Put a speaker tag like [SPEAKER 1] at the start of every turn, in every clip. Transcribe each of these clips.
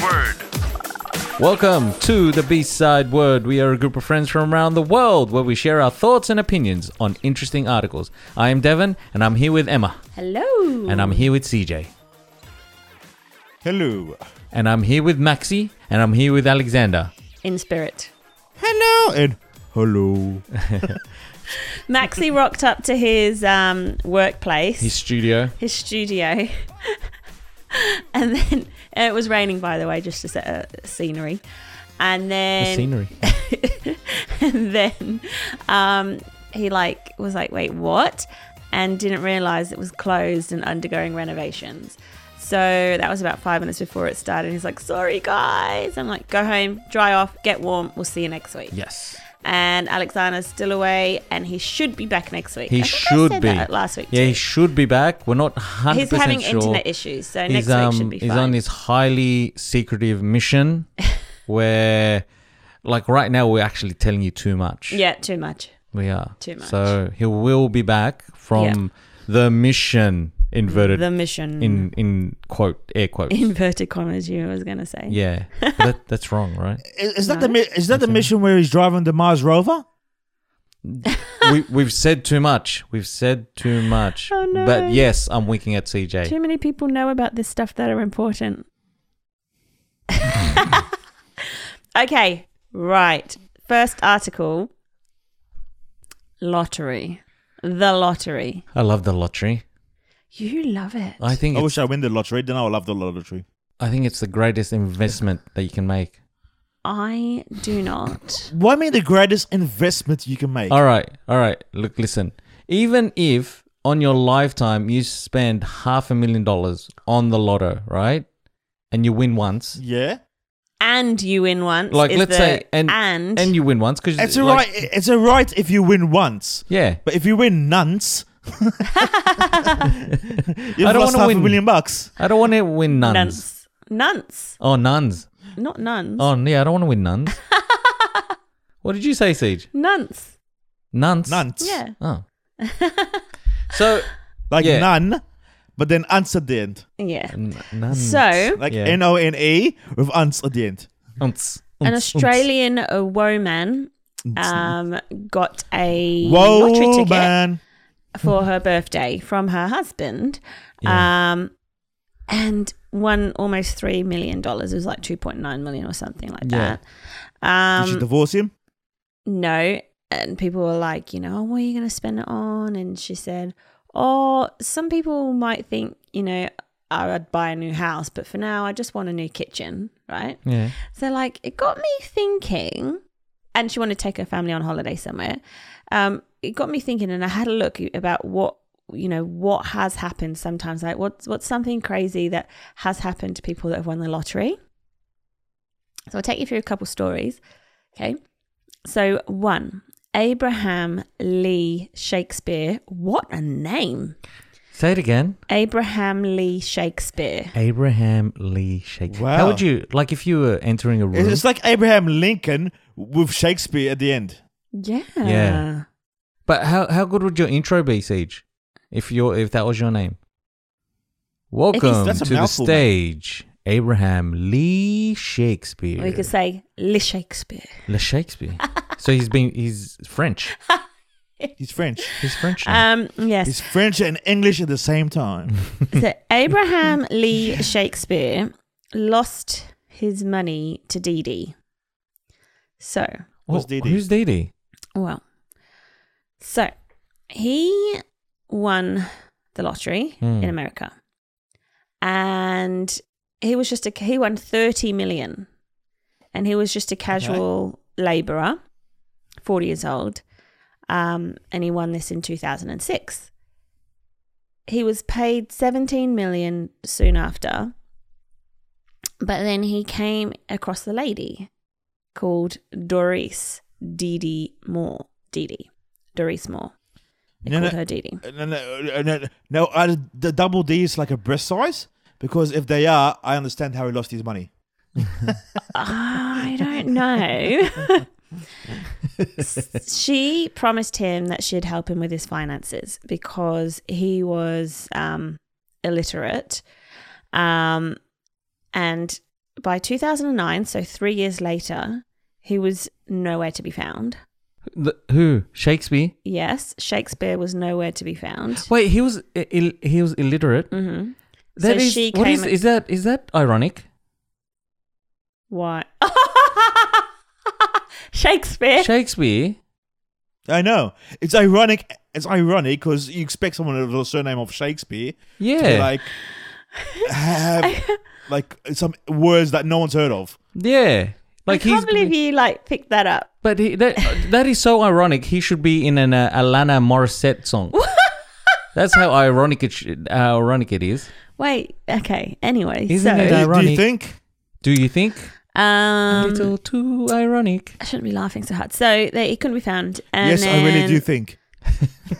[SPEAKER 1] Word.
[SPEAKER 2] Welcome to the Beast Side Word. We are a group of friends from around the world where we share our thoughts and opinions on interesting articles. I am Devon, and I'm here with Emma,
[SPEAKER 3] Hello.
[SPEAKER 2] and I'm here with CJ,
[SPEAKER 4] Hello.
[SPEAKER 2] and I'm here with Maxi, and I'm here with Alexander.
[SPEAKER 3] in spirit.
[SPEAKER 4] Hello and hello.
[SPEAKER 3] Maxi rocked up to his um, workplace,
[SPEAKER 2] His
[SPEAKER 3] his,
[SPEAKER 2] studio.
[SPEAKER 3] studio, and then and it was raining. By the way, just to set a scenery, and
[SPEAKER 2] The
[SPEAKER 3] then
[SPEAKER 2] scenery.
[SPEAKER 3] and then um, he like was like, "Wait, what?" and didn't realize it was closed and undergoing renovations. So that was about five minutes before it started. He's like, "Sorry, guys." I'm like, "Go home, dry off, get warm. We'll see you next week."
[SPEAKER 2] Yes.
[SPEAKER 3] and Alexander's still away, and he should be back next week.
[SPEAKER 2] He
[SPEAKER 3] I think I
[SPEAKER 2] should
[SPEAKER 3] said
[SPEAKER 2] be.
[SPEAKER 3] that last week.
[SPEAKER 2] Yeah,
[SPEAKER 3] too.
[SPEAKER 2] he should be back. We're not 100%
[SPEAKER 3] he's having
[SPEAKER 2] sure.
[SPEAKER 3] internet issues, so next
[SPEAKER 2] he's,
[SPEAKER 3] week
[SPEAKER 2] um,
[SPEAKER 3] should be
[SPEAKER 2] he's
[SPEAKER 3] fine.
[SPEAKER 2] on this highly secretive mission where, like, right now we're actually telling you too much.
[SPEAKER 3] yeah, too much.
[SPEAKER 2] We are.
[SPEAKER 3] Too much.
[SPEAKER 2] So he will be back from the mission inverted
[SPEAKER 3] The mission
[SPEAKER 2] in in quote air quotes.
[SPEAKER 3] inverted commas. You was gonna say.
[SPEAKER 2] yeah. But that, that's wrong, right?
[SPEAKER 4] Is, is that the mi- is that the mission where he's driving the Mars rover?
[SPEAKER 2] we we've said too much. We've said too much.
[SPEAKER 3] Oh, no.
[SPEAKER 2] But yes, I'm winking at CJ.
[SPEAKER 3] Too many people know about this stuff that are important. okay, right. First article. Lottery. The lottery.
[SPEAKER 2] I love the lottery.
[SPEAKER 3] You love it.
[SPEAKER 2] I think
[SPEAKER 4] I
[SPEAKER 2] it's-
[SPEAKER 4] wish I win the lottery. Then I would love the lottery.
[SPEAKER 2] I think it's the greatest investment that you can make.
[SPEAKER 3] I do not.
[SPEAKER 4] Why mean the greatest investment you can make?
[SPEAKER 2] All right, all right. Look, listen. Even if on your lifetime you spend half a million dollars on the lotto, right, and you win once,
[SPEAKER 4] Yeah.
[SPEAKER 3] and you win once.
[SPEAKER 2] like
[SPEAKER 3] is
[SPEAKER 2] let's
[SPEAKER 3] the
[SPEAKER 2] say, and
[SPEAKER 3] and
[SPEAKER 2] and you win once because
[SPEAKER 4] It's a right. It's a right if you win once,
[SPEAKER 2] Yeah,
[SPEAKER 4] but if you win nuns, you've
[SPEAKER 2] I don't
[SPEAKER 4] lost
[SPEAKER 2] wanna
[SPEAKER 4] half
[SPEAKER 2] win.
[SPEAKER 4] a million bucks.
[SPEAKER 2] I don't want to win nuns.
[SPEAKER 3] nuns. Nuns,
[SPEAKER 2] Oh, nuns.
[SPEAKER 3] not nuns.
[SPEAKER 2] Oh, yeah, I don't want to win nuns. what did you say, Siege?
[SPEAKER 3] Nuns.
[SPEAKER 2] Nuns.
[SPEAKER 4] Nuns.
[SPEAKER 3] Yeah.
[SPEAKER 2] Oh. so
[SPEAKER 4] Like
[SPEAKER 2] Yeah.
[SPEAKER 4] none, but then ants at the end.
[SPEAKER 3] Yeah.
[SPEAKER 2] n- nuns.
[SPEAKER 3] So,
[SPEAKER 4] Like
[SPEAKER 2] Yeah.
[SPEAKER 4] N O N A with ants at the end.
[SPEAKER 2] Unts,
[SPEAKER 3] an
[SPEAKER 2] unts,
[SPEAKER 3] Australian uh, woman um, got a lottery
[SPEAKER 4] Whoa,
[SPEAKER 3] ticket
[SPEAKER 4] man.
[SPEAKER 3] for her birthday from her husband.
[SPEAKER 2] Yeah.
[SPEAKER 3] Um, and won almost $3 million. It was like 2.9 million or something like
[SPEAKER 2] Yeah.
[SPEAKER 3] that. Um,
[SPEAKER 4] Did she divorce him?
[SPEAKER 3] no. And people were like, you know, "Oh, what are you going to spend it on? And she said, oh, some people might think, you know, I would buy a new house, but for now, I just want a new kitchen, right?
[SPEAKER 2] unts. Yeah.
[SPEAKER 3] So, like, it got me thinking, and she wanted to take her family on holiday somewhere. Um, it got me thinking, and I had a look about what you know what has happened sometimes. Like, what's what's something crazy that has happened to people that have won the lottery? So, I'll take you through a couple stories. Okay, so one. Abraham Lee Shakespeare. What a name.
[SPEAKER 2] Say it again.
[SPEAKER 3] Abraham Lee Shakespeare.
[SPEAKER 2] Abraham Lee Shakespeare. How
[SPEAKER 4] Wow.
[SPEAKER 2] would you like if you were entering a room?
[SPEAKER 4] It's like Abraham Lincoln with Shakespeare at the end.
[SPEAKER 3] Yeah.
[SPEAKER 2] Yeah. But how how good would your intro be, Siege? If your if that was your name. Welcome
[SPEAKER 4] That's a
[SPEAKER 2] to the
[SPEAKER 4] mouthful, man.
[SPEAKER 2] stage, Abraham Lee Shakespeare.
[SPEAKER 3] We could say Lee Shakespeare.
[SPEAKER 2] Le Shakespeare. so he's been he's French.
[SPEAKER 4] He's French.
[SPEAKER 2] He's French. Now.
[SPEAKER 3] Um, yes.
[SPEAKER 4] He's French and English at the same time.
[SPEAKER 3] So Abraham Lee Shakespeare lost his money to Dee Dee. So,
[SPEAKER 2] Wha-
[SPEAKER 4] who's Dee Dee?
[SPEAKER 2] Who's Dee Dee?
[SPEAKER 3] well, so he won the lottery
[SPEAKER 2] Hmm.
[SPEAKER 3] in America, and he was just a he won thirty million, and he was just a casual labourer, forty years old, um, and he won this in two thousand and six. he was paid 17 million soon after but then he came across the lady called doris Dee Dee moore Dee Dee. doris moore they
[SPEAKER 4] No,
[SPEAKER 3] called
[SPEAKER 4] no.
[SPEAKER 3] her Dee Dee.
[SPEAKER 2] Mm-hmm.
[SPEAKER 4] No, no, no, no uh, the double D is like a breast size because if they are, I understand how he lost his money.
[SPEAKER 3] i don't know she promised him that she'd help him with his finances because he was um, illiterate um, and by 2009, so three years later, he was nowhere to be found.
[SPEAKER 2] The, who? Shakespeare?
[SPEAKER 3] Yes, Shakespeare was nowhere to be found.
[SPEAKER 2] Wait, he was Ill, he was illiterate.
[SPEAKER 3] Mm-hmm.
[SPEAKER 2] That
[SPEAKER 3] so
[SPEAKER 2] is-
[SPEAKER 3] she
[SPEAKER 2] what
[SPEAKER 3] came.
[SPEAKER 2] is, is that is that ironic?
[SPEAKER 3] Why? Shakespeare.
[SPEAKER 2] Shakespeare.
[SPEAKER 4] I know. It's ironic. It's ironic because you expect someone with the surname of Shakespeare to
[SPEAKER 2] Yeah.
[SPEAKER 4] like have like some words that no one's heard of.
[SPEAKER 2] yeah. Like
[SPEAKER 3] I can't
[SPEAKER 2] he's
[SPEAKER 3] believe you like picked that up.
[SPEAKER 2] But he, that that is so ironic. He should be in an uh, Alana Morissette song. That's how ironic it sh- how ironic it is.
[SPEAKER 3] Wait. Okay. Anyway,
[SPEAKER 2] Isn't
[SPEAKER 3] so
[SPEAKER 2] it
[SPEAKER 4] Do- Do
[SPEAKER 2] ironic?
[SPEAKER 4] you think?
[SPEAKER 2] Do you think a
[SPEAKER 3] um,
[SPEAKER 2] little too ironic?
[SPEAKER 3] I shouldn't be laughing so hard. So they, he couldn't be found. And
[SPEAKER 4] yes, I really
[SPEAKER 3] then
[SPEAKER 4] do think.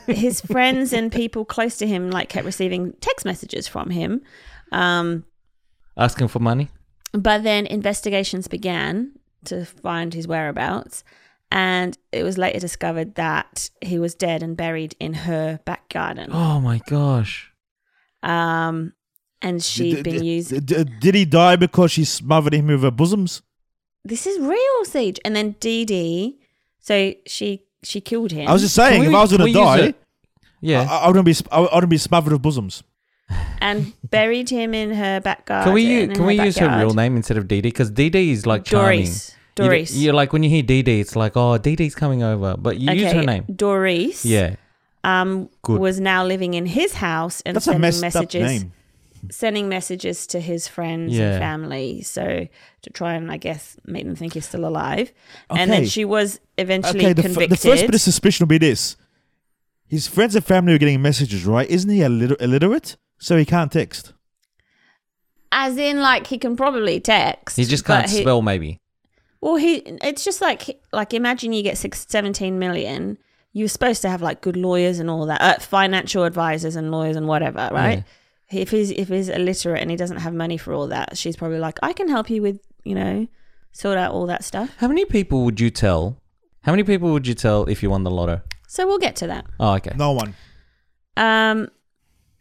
[SPEAKER 3] his friends and people close to him like kept receiving text messages from him. Um,
[SPEAKER 2] Asking for money.
[SPEAKER 3] but then investigations began to find his whereabouts, and it was later discovered that he was dead and buried in her back garden.
[SPEAKER 2] Oh my gosh.
[SPEAKER 3] Um, and she'd
[SPEAKER 4] D-
[SPEAKER 3] been
[SPEAKER 4] d-
[SPEAKER 3] used.
[SPEAKER 4] d- Did he die because she smothered him with her bosoms?
[SPEAKER 3] This is real siege. And then Dee Dee, so she she killed him.
[SPEAKER 4] I was just
[SPEAKER 2] Can
[SPEAKER 4] saying,
[SPEAKER 2] we-
[SPEAKER 4] if I was
[SPEAKER 2] can
[SPEAKER 4] gonna
[SPEAKER 2] we use
[SPEAKER 4] die, Uh,
[SPEAKER 2] it? Yeah.
[SPEAKER 4] I, I wouldn't be. sp- I wouldn't be smothered with bosoms.
[SPEAKER 3] and buried him in her back garden.
[SPEAKER 2] can we u-
[SPEAKER 3] in
[SPEAKER 2] can we use her
[SPEAKER 3] backyard.
[SPEAKER 2] real name instead of Dee Dee? Because Dee Dee is like charming.
[SPEAKER 3] Doris.
[SPEAKER 2] You d-
[SPEAKER 3] Doris.
[SPEAKER 2] You're like when you hear Dee Dee, it's like oh Dee Dee's coming over, but you use her name.
[SPEAKER 3] Doris.
[SPEAKER 2] Yeah.
[SPEAKER 3] Um,
[SPEAKER 2] Good.
[SPEAKER 3] was now living in his house and
[SPEAKER 4] That's a
[SPEAKER 3] sending
[SPEAKER 4] messed
[SPEAKER 3] messages,
[SPEAKER 4] up name.
[SPEAKER 3] sending messages to his friends
[SPEAKER 2] Yeah.
[SPEAKER 3] and family, so to try and I guess make them think he's still alive. And then
[SPEAKER 4] Okay.
[SPEAKER 3] she was eventually
[SPEAKER 4] Okay, the, f-
[SPEAKER 3] convicted.
[SPEAKER 4] the first bit of suspicion will be this: his friends and family are getting messages, right? Isn't he illiter- illiterate, so he can't text?
[SPEAKER 3] As in, like he can probably text.
[SPEAKER 2] He just
[SPEAKER 3] but
[SPEAKER 2] can't spell maybe.
[SPEAKER 3] Well, he it's just like like imagine you get six, 17 million. You're supposed to have like good lawyers and all that, uh, financial advisors and lawyers and whatever, right? If he's if he's illiterate and he doesn't have money for all that, she's probably like, I can help you with you know sort out all that stuff.
[SPEAKER 2] How many people would you tell? How many people would you tell if you won the lotto?
[SPEAKER 3] So we'll get to that.
[SPEAKER 2] Oh, okay.
[SPEAKER 4] No one.
[SPEAKER 3] Um,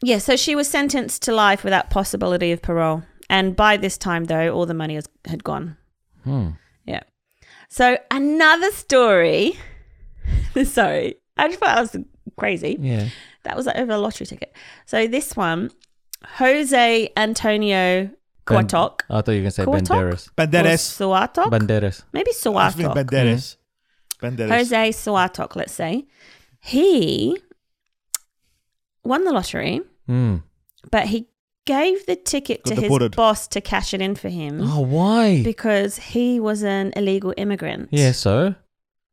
[SPEAKER 3] yeah. So she was sentenced to life without possibility of parole, and by this time though, all the money was, had gone.
[SPEAKER 2] Hmm.
[SPEAKER 3] Yeah. So another story. Sorry, I just thought I was crazy.
[SPEAKER 2] Yeah.
[SPEAKER 3] That was like over a lottery ticket. So this one, Jose Antonio
[SPEAKER 2] Ben-
[SPEAKER 3] Cuatok.
[SPEAKER 2] I thought you were gonna say
[SPEAKER 3] Cuatok?
[SPEAKER 2] Banderas.
[SPEAKER 4] Banderas.
[SPEAKER 3] Or Suatok?
[SPEAKER 2] Banderas.
[SPEAKER 3] Maybe
[SPEAKER 4] It's been
[SPEAKER 3] Suatok.
[SPEAKER 4] Banderas. Banderas.
[SPEAKER 3] Mm. Jose Suatok, let's say. He won the lottery,
[SPEAKER 2] Mm.
[SPEAKER 3] but he gave the ticket
[SPEAKER 4] Got
[SPEAKER 3] to
[SPEAKER 4] deported.
[SPEAKER 3] his boss to cash it in for him
[SPEAKER 2] Oh, why?
[SPEAKER 3] Mm-hmm. because he was an illegal immigrant.
[SPEAKER 2] yeah, so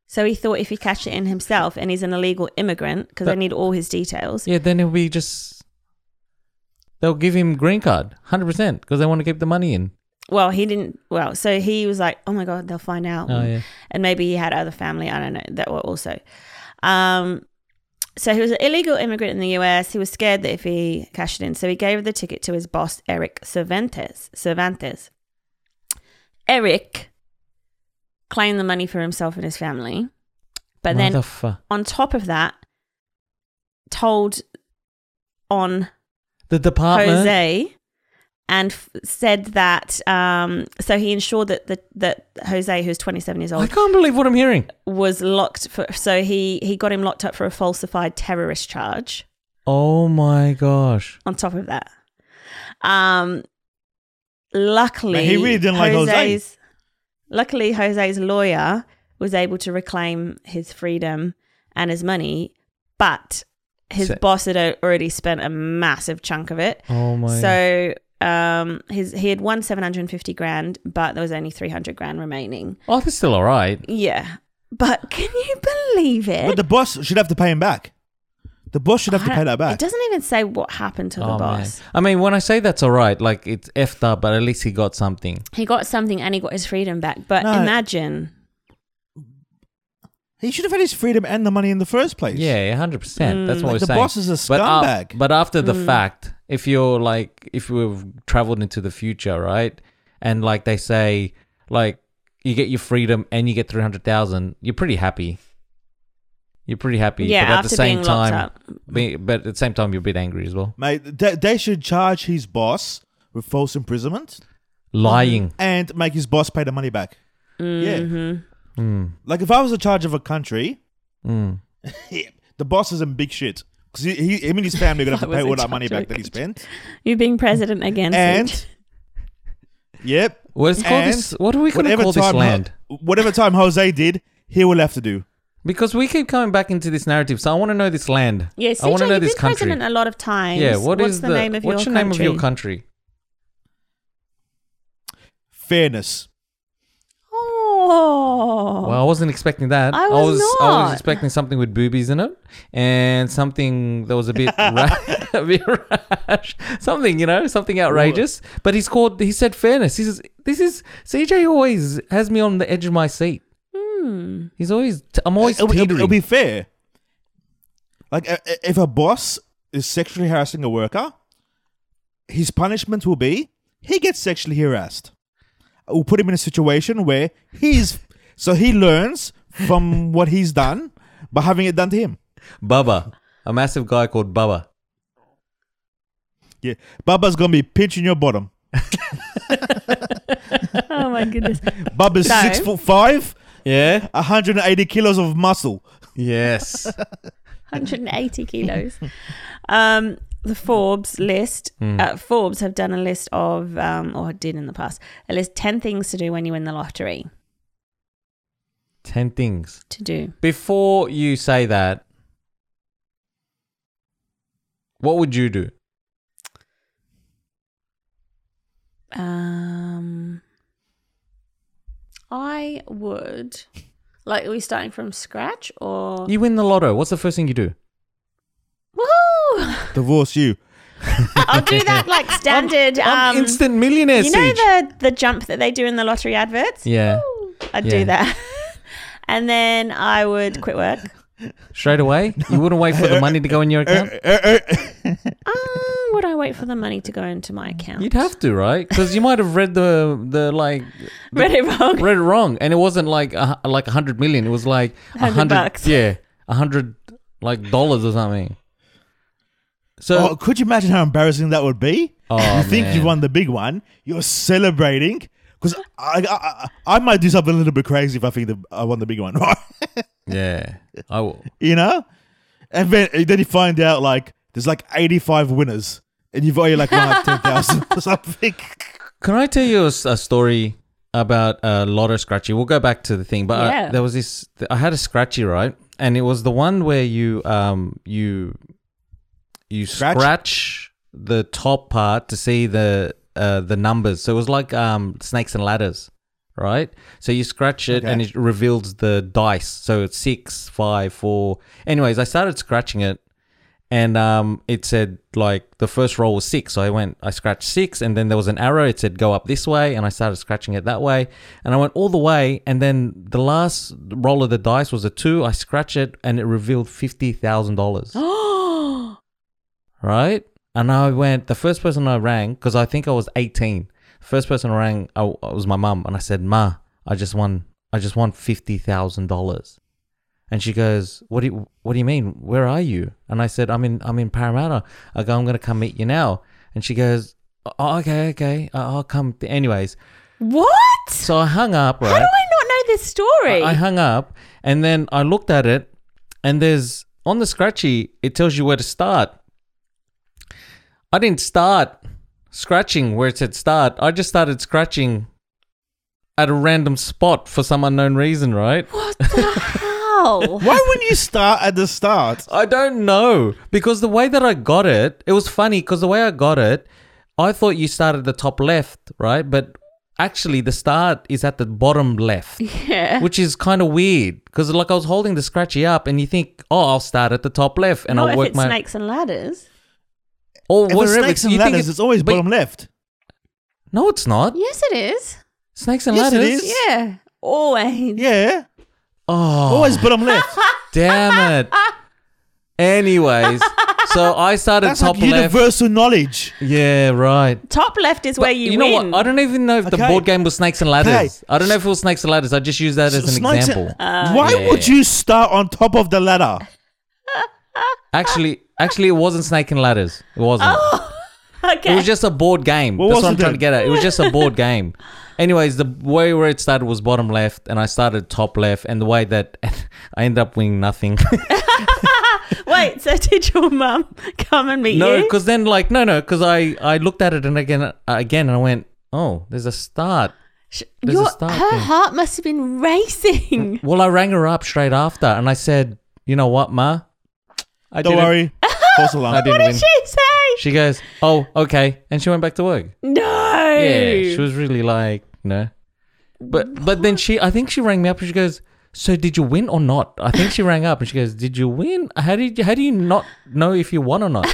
[SPEAKER 3] So he thought if he cashed it in himself and he's an illegal immigrant, because they
[SPEAKER 2] But-
[SPEAKER 3] need all his details.
[SPEAKER 2] yeah, then it'll be just they'll give him green card, hundred percent, because they want to keep the money in.
[SPEAKER 3] Well, he didn't. Well, so he was like, oh my God, they'll find out.
[SPEAKER 2] Oh yeah,
[SPEAKER 3] And maybe he had other family, I don't know, that were also. Um, so he was an illegal immigrant in the US. He was scared that if he cashed it in. So he gave the ticket to his boss, Eric Cervantes. Cervantes. Eric claimed the money for himself and his family. But then
[SPEAKER 2] Motherfu-
[SPEAKER 3] on top of that, told on
[SPEAKER 2] the department.
[SPEAKER 3] Jose and f- said that. Um, so he ensured that the, that Jose, who's 27 years
[SPEAKER 2] I
[SPEAKER 3] old,
[SPEAKER 2] can't believe what I'm hearing.
[SPEAKER 3] was locked for. So he he got him locked up for a falsified terrorist charge.
[SPEAKER 2] Oh my gosh.
[SPEAKER 3] On top of that, um, luckily
[SPEAKER 4] Man, he really didn't like Jose.
[SPEAKER 3] Luckily, Jose's lawyer was able to reclaim his freedom and his money, but his
[SPEAKER 2] So-
[SPEAKER 3] boss had a- already spent a massive chunk of it.
[SPEAKER 2] Oh my.
[SPEAKER 3] So um, his he had won seven hundred and fifty grand, but there was only three hundred grand remaining.
[SPEAKER 2] oh, that's still all right.
[SPEAKER 3] Yeah, but can you believe it?
[SPEAKER 4] But the boss should have to pay him back. The boss should have to
[SPEAKER 3] I
[SPEAKER 4] pay
[SPEAKER 3] don't-
[SPEAKER 4] that
[SPEAKER 3] It
[SPEAKER 4] back.
[SPEAKER 3] doesn't even say what happened to the
[SPEAKER 2] Oh, man.
[SPEAKER 3] boss.
[SPEAKER 2] I mean, when I say that's all right, like it's effed up, but at least he got something.
[SPEAKER 3] He got something and he got his freedom back. But
[SPEAKER 4] No.
[SPEAKER 3] imagine,
[SPEAKER 4] He should have had his freedom and the money in the first place.
[SPEAKER 2] Yeah, hundred percent. That's what
[SPEAKER 4] Mm, Like,
[SPEAKER 2] we're
[SPEAKER 4] the
[SPEAKER 2] saying.
[SPEAKER 4] boss is a
[SPEAKER 2] But, uh,
[SPEAKER 4] scumbag.
[SPEAKER 2] but after the
[SPEAKER 3] Mm.
[SPEAKER 2] fact, if you're like, if we've traveled into the future, right, and like they say, like you get your freedom and you get three hundred thousand, you're pretty happy. You're pretty happy.
[SPEAKER 3] yeah,
[SPEAKER 2] but at
[SPEAKER 3] after
[SPEAKER 2] the same
[SPEAKER 3] being
[SPEAKER 2] time,
[SPEAKER 3] locked up,
[SPEAKER 2] be- but at the same time, you're a bit angry as well.
[SPEAKER 4] Mate, they, they should charge his boss with false imprisonment
[SPEAKER 2] lying.
[SPEAKER 4] and make his boss pay the money back. Yeah.
[SPEAKER 3] Mhm.
[SPEAKER 2] Mm.
[SPEAKER 4] Like if I was in charge of a country,
[SPEAKER 2] Mm.
[SPEAKER 4] the boss is in big shit because he, he, him and his family are gonna
[SPEAKER 3] If I
[SPEAKER 4] have to
[SPEAKER 3] was
[SPEAKER 4] pay
[SPEAKER 3] in
[SPEAKER 4] all that
[SPEAKER 3] charge
[SPEAKER 4] money
[SPEAKER 3] of
[SPEAKER 4] back
[SPEAKER 3] a
[SPEAKER 4] that he spent.
[SPEAKER 3] You're being president again.
[SPEAKER 4] And
[SPEAKER 3] Sage.
[SPEAKER 4] yep,
[SPEAKER 2] What is called
[SPEAKER 4] And
[SPEAKER 2] this? What are we going to
[SPEAKER 4] whatever
[SPEAKER 2] call this
[SPEAKER 4] time Ho-
[SPEAKER 2] land?
[SPEAKER 4] whatever time Jose did, he will have to do.
[SPEAKER 2] Because we keep coming back into this narrative, so I want to know this land.
[SPEAKER 3] yeah,
[SPEAKER 2] I want
[SPEAKER 3] CJ,
[SPEAKER 2] to know
[SPEAKER 3] you've
[SPEAKER 2] this
[SPEAKER 3] been
[SPEAKER 2] country.
[SPEAKER 3] president a lot of times.
[SPEAKER 2] yeah, what
[SPEAKER 3] What's
[SPEAKER 2] is
[SPEAKER 3] the name of
[SPEAKER 2] what's
[SPEAKER 3] your
[SPEAKER 2] the name
[SPEAKER 3] country?
[SPEAKER 2] of your country?
[SPEAKER 4] Fairness.
[SPEAKER 3] Oh,
[SPEAKER 2] Well, I wasn't expecting that.
[SPEAKER 3] I
[SPEAKER 2] I
[SPEAKER 3] was
[SPEAKER 2] was I was
[SPEAKER 3] not.
[SPEAKER 2] expecting something with boobies in it and something that was a bit ra- a bit rash, something you know, something outrageous. But he's called. He said fairness. He says this is CJ. Always has me on the edge of my seat.
[SPEAKER 3] Hmm.
[SPEAKER 2] He's always. T- I'm always
[SPEAKER 4] it'll, it'll-
[SPEAKER 2] teetering.
[SPEAKER 4] it'll be fair. Like uh, if a boss is sexually harassing a worker, his punishment will be he gets sexually harassed. We'll put him in a situation where he's so he learns from what he's done by having it done to him.
[SPEAKER 2] Bubba, a massive guy called Bubba.
[SPEAKER 4] Yeah, Baba's gonna be pinching your bottom.
[SPEAKER 3] Oh my goodness.
[SPEAKER 4] Baba's
[SPEAKER 3] No.
[SPEAKER 4] six foot five,
[SPEAKER 2] Yeah.
[SPEAKER 4] 180 kilos of muscle.
[SPEAKER 2] Yes.
[SPEAKER 3] 180 kilos. Um, the Forbes list.
[SPEAKER 2] Hmm.
[SPEAKER 3] Uh, Forbes have done a list of, um, or did in the past, a list 10 things to do when you win the lottery.
[SPEAKER 2] Ten things.
[SPEAKER 3] To do.
[SPEAKER 2] Before you say that, what would you do?
[SPEAKER 3] Um, I would. Like, are we starting from scratch or?
[SPEAKER 2] You win the lotto. What's the first thing you do?
[SPEAKER 3] Woohoo!
[SPEAKER 4] Divorce you.
[SPEAKER 3] I'll do that like standard.
[SPEAKER 2] I'm
[SPEAKER 3] um,
[SPEAKER 2] instant millionaire.
[SPEAKER 3] you know
[SPEAKER 2] Siege.
[SPEAKER 3] the the jump that they do in the lottery adverts.
[SPEAKER 2] Yeah.
[SPEAKER 3] Woo! I'd
[SPEAKER 2] Yeah.
[SPEAKER 3] do that, and then I would quit work.
[SPEAKER 2] Straight away? You wouldn't wait for the money to go in your account?
[SPEAKER 3] Um, would I wait for the money to go into my account?
[SPEAKER 2] You'd have to, right? Because you might have read the the like
[SPEAKER 3] read it wrong.
[SPEAKER 2] read it wrong, and it wasn't like a, hu- like a hundred million. It was like a
[SPEAKER 3] 100
[SPEAKER 2] hundred,
[SPEAKER 3] bucks.
[SPEAKER 2] yeah, a hundred like dollars or something.
[SPEAKER 4] Oh,
[SPEAKER 2] So,
[SPEAKER 4] could you imagine how embarrassing that would be?
[SPEAKER 2] Oh,
[SPEAKER 4] you think you
[SPEAKER 2] man.
[SPEAKER 4] won the big one, you're celebrating because I, I, I I might do something a little bit crazy if I think that I won the big one, right?
[SPEAKER 2] yeah, I will.
[SPEAKER 4] you know, and then then you find out like there's like 85 winners and you've already like won like 10,000 or something.
[SPEAKER 2] Can I tell you a, s- a story about a lotto scratchy? We'll go back to the thing, but I-
[SPEAKER 3] Yeah.
[SPEAKER 2] there was this. I had a scratchy right, and it was the one where you um you you
[SPEAKER 4] Scratch?
[SPEAKER 2] scratch, the top part to see the uh, the numbers. So it was like um snakes and ladders, right? So you scratch it
[SPEAKER 4] Okay.
[SPEAKER 2] and it reveals the dice. So it's six, five, four. Anyways, I started scratching it and um, it said like the first roll was six. So I went, I scratched six, and then there was an arrow. It said go up this way, and I started scratching it that way, and I went all the way, and then the last roll of the dice was a two. I scratch it, and it revealed fifty thousand dollars. right? And I went. The first person I rang because I think I was eighteen. First person I rang I, I was my mum, and I said, "Ma, I just won. I just won fifty thousand dollars." And she goes, "What do you What do you mean? Where are you?" And I said, "I'm in I'm in Parramatta." I go, "I'm gonna come meet you now." And she goes, "Oh, okay, okay, I- I'll come." Anyways,
[SPEAKER 3] What?
[SPEAKER 2] so I hung up. Right?
[SPEAKER 3] How do I not know this story?
[SPEAKER 2] I, I hung up and then I looked at it and there's on the scratchy it tells you where to start. I didn't start scratching where it said start. I just started scratching at a random spot for some unknown reason, right?
[SPEAKER 3] what the hell?
[SPEAKER 4] Why wouldn't you start at the start?
[SPEAKER 2] I don't know because the way that I got it, it was funny because the way I got it, I thought you started at the top left, right? But actually, the start is at the bottom left,
[SPEAKER 3] Yeah.
[SPEAKER 2] which is kind of weird because like I was holding the scratchy up, and you think, oh, I'll start at the top left, and
[SPEAKER 3] Not
[SPEAKER 2] I'll
[SPEAKER 3] if
[SPEAKER 2] work
[SPEAKER 3] it's
[SPEAKER 2] my
[SPEAKER 3] snakes and ladders.
[SPEAKER 2] or
[SPEAKER 4] If it's
[SPEAKER 2] whatever.
[SPEAKER 4] snakes and
[SPEAKER 2] You think
[SPEAKER 4] ladders,
[SPEAKER 2] it-
[SPEAKER 4] it's always
[SPEAKER 2] but-
[SPEAKER 4] bottom left.
[SPEAKER 2] No, it's not
[SPEAKER 3] Yes, it is.
[SPEAKER 2] snakes and
[SPEAKER 4] Yes, it
[SPEAKER 2] ladders.
[SPEAKER 4] is.
[SPEAKER 3] Yeah. Always.
[SPEAKER 4] Yeah,
[SPEAKER 2] Oh,
[SPEAKER 4] always bottom left.
[SPEAKER 2] damn it. Anyways, so I started
[SPEAKER 4] That's
[SPEAKER 2] top
[SPEAKER 4] like
[SPEAKER 2] left.
[SPEAKER 4] universal knowledge.
[SPEAKER 2] yeah, right.
[SPEAKER 3] Top left is where you,
[SPEAKER 2] you know
[SPEAKER 3] win.
[SPEAKER 2] what? I don't even know if the
[SPEAKER 4] Okay.
[SPEAKER 2] board game was Snakes and Ladders.
[SPEAKER 4] Okay.
[SPEAKER 2] I don't know if it was Snakes and Ladders. I just used that as an
[SPEAKER 4] Snakes-
[SPEAKER 2] example.
[SPEAKER 4] Why
[SPEAKER 2] yeah.
[SPEAKER 4] would you start on top of the ladder? Oh,
[SPEAKER 2] actually, actually, it wasn't Snake and Ladders. It wasn't.
[SPEAKER 3] Oh, Okay.
[SPEAKER 2] It was just a board game.
[SPEAKER 4] What
[SPEAKER 2] That's
[SPEAKER 4] was
[SPEAKER 2] what
[SPEAKER 4] it
[SPEAKER 2] I'm trying to
[SPEAKER 4] then?
[SPEAKER 2] get at. It was just a board game. Anyways, the way where it started was bottom left, and I started top left, and the way that I ended up winning nothing.
[SPEAKER 3] Wait, so did your mum come and meet
[SPEAKER 2] no,
[SPEAKER 3] you?
[SPEAKER 2] because then like no, no, because I I looked at it and again again, and I went, oh, there's a start.
[SPEAKER 3] Sh-
[SPEAKER 2] there's
[SPEAKER 3] your-
[SPEAKER 2] a start
[SPEAKER 3] her
[SPEAKER 2] there.
[SPEAKER 3] heart must have been racing.
[SPEAKER 2] Well, I rang her up straight after, and I said, you know what, ma, I
[SPEAKER 4] Don't
[SPEAKER 2] didn't-
[SPEAKER 4] worry. False alarm.
[SPEAKER 2] I didn't
[SPEAKER 3] what did
[SPEAKER 2] win.
[SPEAKER 3] she say?
[SPEAKER 2] She goes, oh, okay, and she went back to work.
[SPEAKER 3] No.
[SPEAKER 2] Yeah, she was really like, no. But but then she, I think she rang me up and she goes, "So did you win or not?" I think she rang up and she goes, "Did you win? How did you, how do you not know if you won or not?"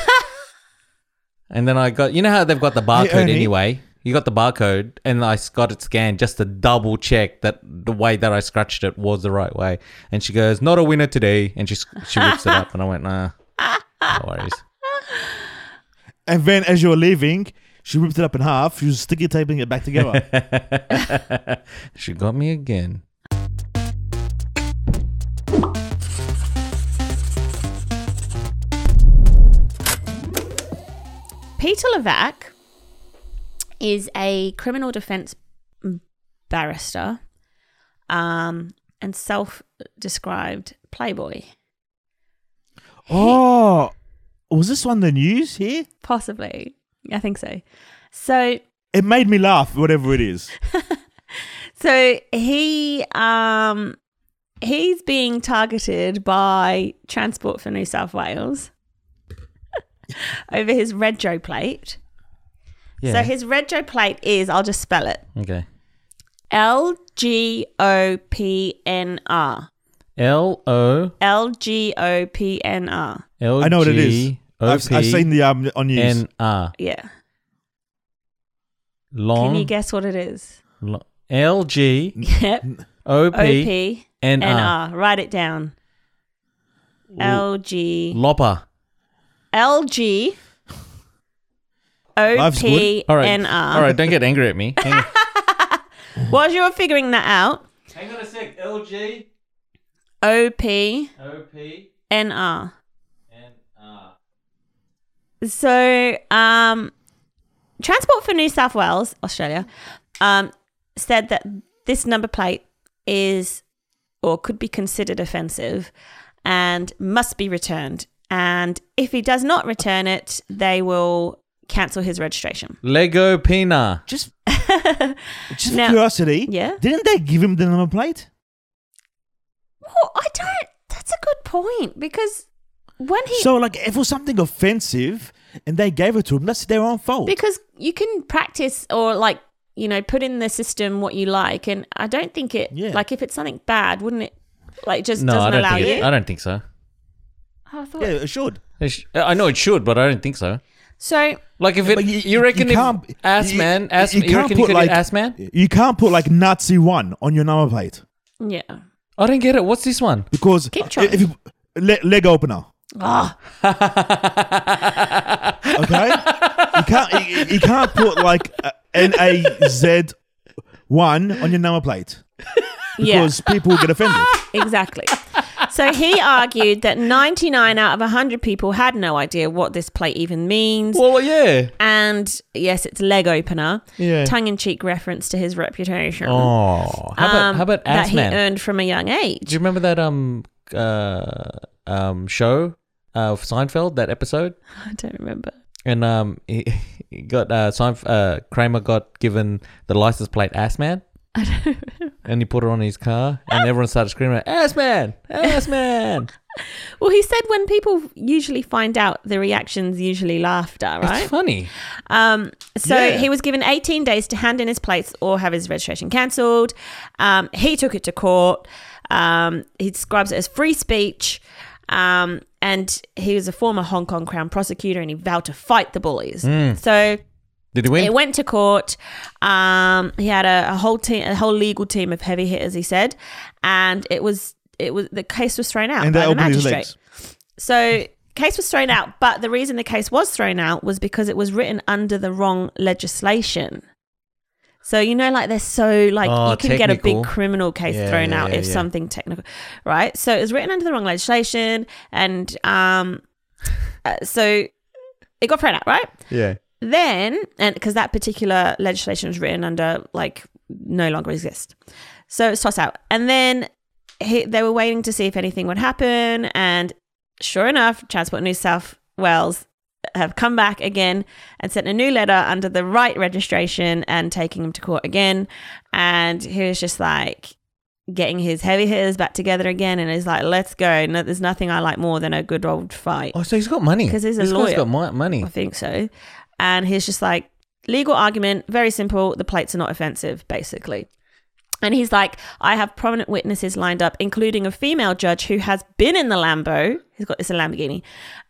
[SPEAKER 2] and then I got, you know how they've got the barcode
[SPEAKER 4] Ernie.
[SPEAKER 2] anyway. You got the barcode, and I s- got it scanned just to double check that the way that I scratched it was the right way. And she goes, "Not a winner today," and she s- she whips it up, and I went, "Nah, no worries."
[SPEAKER 4] And then as you were leaving, she ripped it up in half. She was sticky taping it back together.
[SPEAKER 2] she got me again.
[SPEAKER 3] Peter Levac is a criminal defense barrister um, and self described playboy.
[SPEAKER 4] oh, was this on the news here?
[SPEAKER 3] Possibly. I think so. So
[SPEAKER 4] It made me laugh, whatever it is.
[SPEAKER 3] so he um he's being targeted by Transport for New South Wales over his red joe plate.
[SPEAKER 2] Yeah.
[SPEAKER 3] So his red joe plate is I'll just spell it.
[SPEAKER 2] okay.
[SPEAKER 3] L G O P N R.
[SPEAKER 2] L O
[SPEAKER 3] L G O P N R.
[SPEAKER 2] L.
[SPEAKER 4] I know what it is. I've, I've seen the um, on news.
[SPEAKER 2] N R
[SPEAKER 3] Yeah.
[SPEAKER 2] long.
[SPEAKER 3] Can you guess what it is?
[SPEAKER 2] lo- L G
[SPEAKER 3] Yep.
[SPEAKER 2] O
[SPEAKER 3] O
[SPEAKER 2] P
[SPEAKER 3] P
[SPEAKER 2] N
[SPEAKER 3] N
[SPEAKER 2] R
[SPEAKER 3] R. Write it down. L G
[SPEAKER 2] lopper.
[SPEAKER 3] L G O
[SPEAKER 4] Life's
[SPEAKER 3] P
[SPEAKER 4] good.
[SPEAKER 2] All right,
[SPEAKER 3] N
[SPEAKER 2] all
[SPEAKER 3] R.
[SPEAKER 2] right. Don't get angry at me. Hang on,
[SPEAKER 3] While you were figuring that out,
[SPEAKER 2] Hang on a sec. L G
[SPEAKER 3] O P
[SPEAKER 2] O P
[SPEAKER 3] N R.
[SPEAKER 2] N R.
[SPEAKER 3] So, um, Transport for New South Wales, Australia, um, said that this number plate is or could be considered offensive and must be returned. And if he does not return it, they will cancel his registration.
[SPEAKER 2] Lego Pina.
[SPEAKER 4] Just, just
[SPEAKER 3] Now-
[SPEAKER 4] for curiosity,
[SPEAKER 3] Yeah.
[SPEAKER 4] didn't they give him the number plate?
[SPEAKER 3] Well, I don't. That's a good point because when he
[SPEAKER 4] so, like, if it was something offensive and they gave it to him, that's their own fault.
[SPEAKER 3] because you can practice or like you know put in the system what you like, and I don't think it
[SPEAKER 4] Yeah.
[SPEAKER 3] like if it's something bad, wouldn't it? Like it just
[SPEAKER 2] No, I
[SPEAKER 3] doesn't
[SPEAKER 2] don't
[SPEAKER 3] allow
[SPEAKER 2] think.
[SPEAKER 3] you.
[SPEAKER 2] It, I don't think so.
[SPEAKER 3] Oh, I thought-
[SPEAKER 4] yeah, it should.
[SPEAKER 2] It sh- I know it should, but I don't think so.
[SPEAKER 3] So
[SPEAKER 2] Like if it,
[SPEAKER 4] But
[SPEAKER 2] you, reckon
[SPEAKER 4] you
[SPEAKER 2] if ass
[SPEAKER 4] you-
[SPEAKER 2] man, ass, you,
[SPEAKER 4] you can't
[SPEAKER 2] reckon you
[SPEAKER 4] put,
[SPEAKER 2] could
[SPEAKER 4] like-
[SPEAKER 2] ass man?
[SPEAKER 4] You can't put like Nazi one on your number plate
[SPEAKER 3] yeah.
[SPEAKER 2] Ah, I don't get it. What's this one?
[SPEAKER 4] because
[SPEAKER 3] Keep trying.
[SPEAKER 4] if you, le- leg opener,
[SPEAKER 3] Ah,
[SPEAKER 4] okay, you can't you, you can't put like N A Z one on your number plate
[SPEAKER 3] yeah,
[SPEAKER 4] because people get offended.
[SPEAKER 3] exactly. So he argued that 99 out of 100 people had no idea what this plate even means.
[SPEAKER 2] Well, yeah.
[SPEAKER 3] And yes, it's leg opener,
[SPEAKER 2] Yeah.
[SPEAKER 3] tongue in cheek reference to his reputation.
[SPEAKER 2] Oh, how about
[SPEAKER 3] um,
[SPEAKER 2] how about
[SPEAKER 3] that
[SPEAKER 2] ass
[SPEAKER 3] he
[SPEAKER 2] man?
[SPEAKER 3] earned from a young age.
[SPEAKER 2] Do you remember that um uh um show uh, of Seinfeld that episode?
[SPEAKER 3] I don't remember.
[SPEAKER 2] And um he, he got uh, Seinf- uh Kramer got given the license plate ass man. and he put it on his car, and everyone started screaming, "Ass man, ass man!"
[SPEAKER 3] Well, he said when people usually find out, the reaction's usually laughter,
[SPEAKER 2] It's
[SPEAKER 3] right?
[SPEAKER 2] funny.
[SPEAKER 3] Um, so
[SPEAKER 4] Yeah.
[SPEAKER 3] he was given 18 days to hand in his plates or have his registration cancelled. Um, he took it to court. Um, he describes it as free speech. Um, and he was a former Hong Kong Crown prosecutor and he vowed to fight the bullies.
[SPEAKER 4] Hmm.
[SPEAKER 3] So
[SPEAKER 2] Did he win?
[SPEAKER 3] it went to court. Um, he had a, a whole team, a whole legal team of heavy hitters, he said, and it was it was the case was thrown out
[SPEAKER 4] And
[SPEAKER 3] by
[SPEAKER 4] they
[SPEAKER 3] the
[SPEAKER 4] opened his
[SPEAKER 3] magistrate.
[SPEAKER 4] legs.
[SPEAKER 3] So case was thrown out, but the reason the case was thrown out was because it was written under the wrong legislation. So you know, like they're so like
[SPEAKER 2] Oh,
[SPEAKER 3] you can get a
[SPEAKER 2] technical.
[SPEAKER 3] big criminal case
[SPEAKER 2] Yeah,
[SPEAKER 3] thrown
[SPEAKER 2] yeah,
[SPEAKER 3] out
[SPEAKER 2] yeah,
[SPEAKER 3] if
[SPEAKER 2] yeah.
[SPEAKER 3] something technical, right? So it was written under the wrong legislation, and um, uh, so it got thrown out, right?
[SPEAKER 2] yeah.
[SPEAKER 3] Then, and because that particular legislation was written under like no longer exist, so it's toss out. And then he, they were waiting to see if anything would happen, and sure enough, Transport New South Wales have come back again and sent a new letter under the right registration and taking him to court again. And he was just like getting his heavy hitters back together again, and he's like, "Let's go!" No, there's nothing I like more than a good old fight.
[SPEAKER 2] Oh, so he's got money.
[SPEAKER 3] 'Cause he's a
[SPEAKER 2] This guy's
[SPEAKER 3] lawyer.
[SPEAKER 2] got mi- money.
[SPEAKER 3] I think so. And he's just like, legal argument, very simple. The plates are not offensive, basically. And he's like, I have prominent witnesses lined up, including a female judge who has been in the Lambo. He's got this a Lamborghini,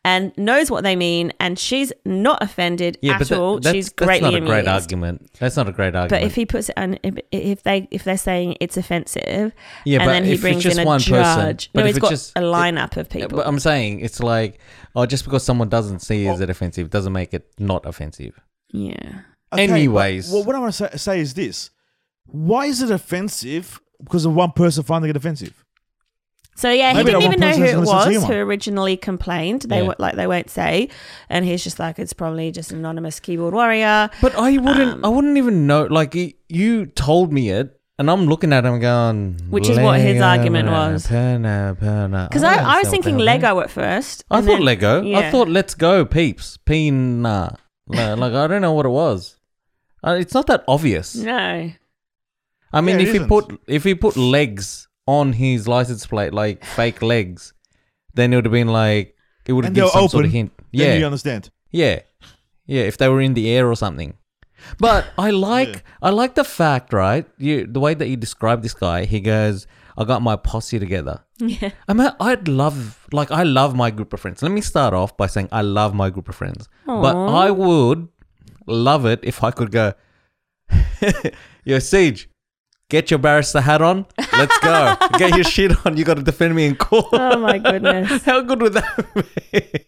[SPEAKER 3] and knows what they mean, and she's not offended
[SPEAKER 2] Yeah,
[SPEAKER 3] at
[SPEAKER 2] but that-
[SPEAKER 3] all.
[SPEAKER 2] that's,
[SPEAKER 3] she's
[SPEAKER 2] that's
[SPEAKER 3] greatly
[SPEAKER 2] not a great
[SPEAKER 3] amused.
[SPEAKER 2] argument. That's not a great argument.
[SPEAKER 3] But if he puts it, and if, if they if they're saying it's offensive,
[SPEAKER 2] Yeah,
[SPEAKER 3] and
[SPEAKER 2] but
[SPEAKER 3] then he
[SPEAKER 2] if it's
[SPEAKER 3] brings
[SPEAKER 2] just
[SPEAKER 3] in a
[SPEAKER 2] one person-
[SPEAKER 3] judge.
[SPEAKER 2] but
[SPEAKER 3] no,
[SPEAKER 2] if
[SPEAKER 3] he's
[SPEAKER 2] it's
[SPEAKER 3] got
[SPEAKER 2] just-
[SPEAKER 3] a lineup of
[SPEAKER 2] Yeah,
[SPEAKER 3] people.
[SPEAKER 2] But I'm saying it's like, oh, just because someone doesn't see is it offensive doesn't make it not offensive.
[SPEAKER 3] yeah.
[SPEAKER 4] Okay, but
[SPEAKER 2] Anyways.
[SPEAKER 4] wh- what I want to say, say is this: Why is it offensive? Because of one person finding it offensive.
[SPEAKER 3] So yeah,
[SPEAKER 4] Maybe
[SPEAKER 3] he didn't
[SPEAKER 4] that
[SPEAKER 3] even know who
[SPEAKER 4] one person
[SPEAKER 3] it
[SPEAKER 4] is Mrs.
[SPEAKER 3] was
[SPEAKER 4] Hume.
[SPEAKER 3] who originally complained. They
[SPEAKER 2] Yeah.
[SPEAKER 3] were like they won't say, and he's just like it's probably just an anonymous keyboard warrior.
[SPEAKER 2] But I wouldn't,
[SPEAKER 3] Um,
[SPEAKER 2] I wouldn't even know. Like y- you told me it, and I'm looking at him going,
[SPEAKER 3] Which is what his
[SPEAKER 2] "Lego,
[SPEAKER 3] argument was."
[SPEAKER 2] Perna, perna.
[SPEAKER 3] Because
[SPEAKER 2] don't
[SPEAKER 3] I, I was
[SPEAKER 2] understand
[SPEAKER 3] thinking
[SPEAKER 2] what the hell that
[SPEAKER 3] Lego at first.
[SPEAKER 2] I
[SPEAKER 3] and
[SPEAKER 2] thought
[SPEAKER 3] then-
[SPEAKER 2] Lego. I
[SPEAKER 3] yeah.
[SPEAKER 2] thought Let's Go Peeps. Pina. No, like I don't know what it was. Uh, it's not that obvious.
[SPEAKER 3] No,
[SPEAKER 2] I mean,
[SPEAKER 4] Yeah, it
[SPEAKER 2] if he
[SPEAKER 4] isn't.
[SPEAKER 2] put if he put legs on his license plate, like fake legs, then it would have been like it would have
[SPEAKER 4] And
[SPEAKER 2] been
[SPEAKER 4] they're
[SPEAKER 2] some sort of
[SPEAKER 4] open,
[SPEAKER 2] hint.
[SPEAKER 4] Then
[SPEAKER 2] Yeah,
[SPEAKER 4] you understand.
[SPEAKER 2] yeah, yeah. If they were in the air or something. But I like
[SPEAKER 4] Yeah.
[SPEAKER 2] I like the fact, right? You the way that you describe this guy. He goes, "I got my posse together."
[SPEAKER 3] yeah,
[SPEAKER 2] I mean, I'd love, like, I love my group of friends. Let me start off by saying I love my group of friends. But
[SPEAKER 3] Aw.
[SPEAKER 2] I would love it if I could go, Yo, Siege, get your barrister hat on. Let's go. get your shit on. You got to defend me in court.
[SPEAKER 3] Oh, my goodness.
[SPEAKER 2] How good would that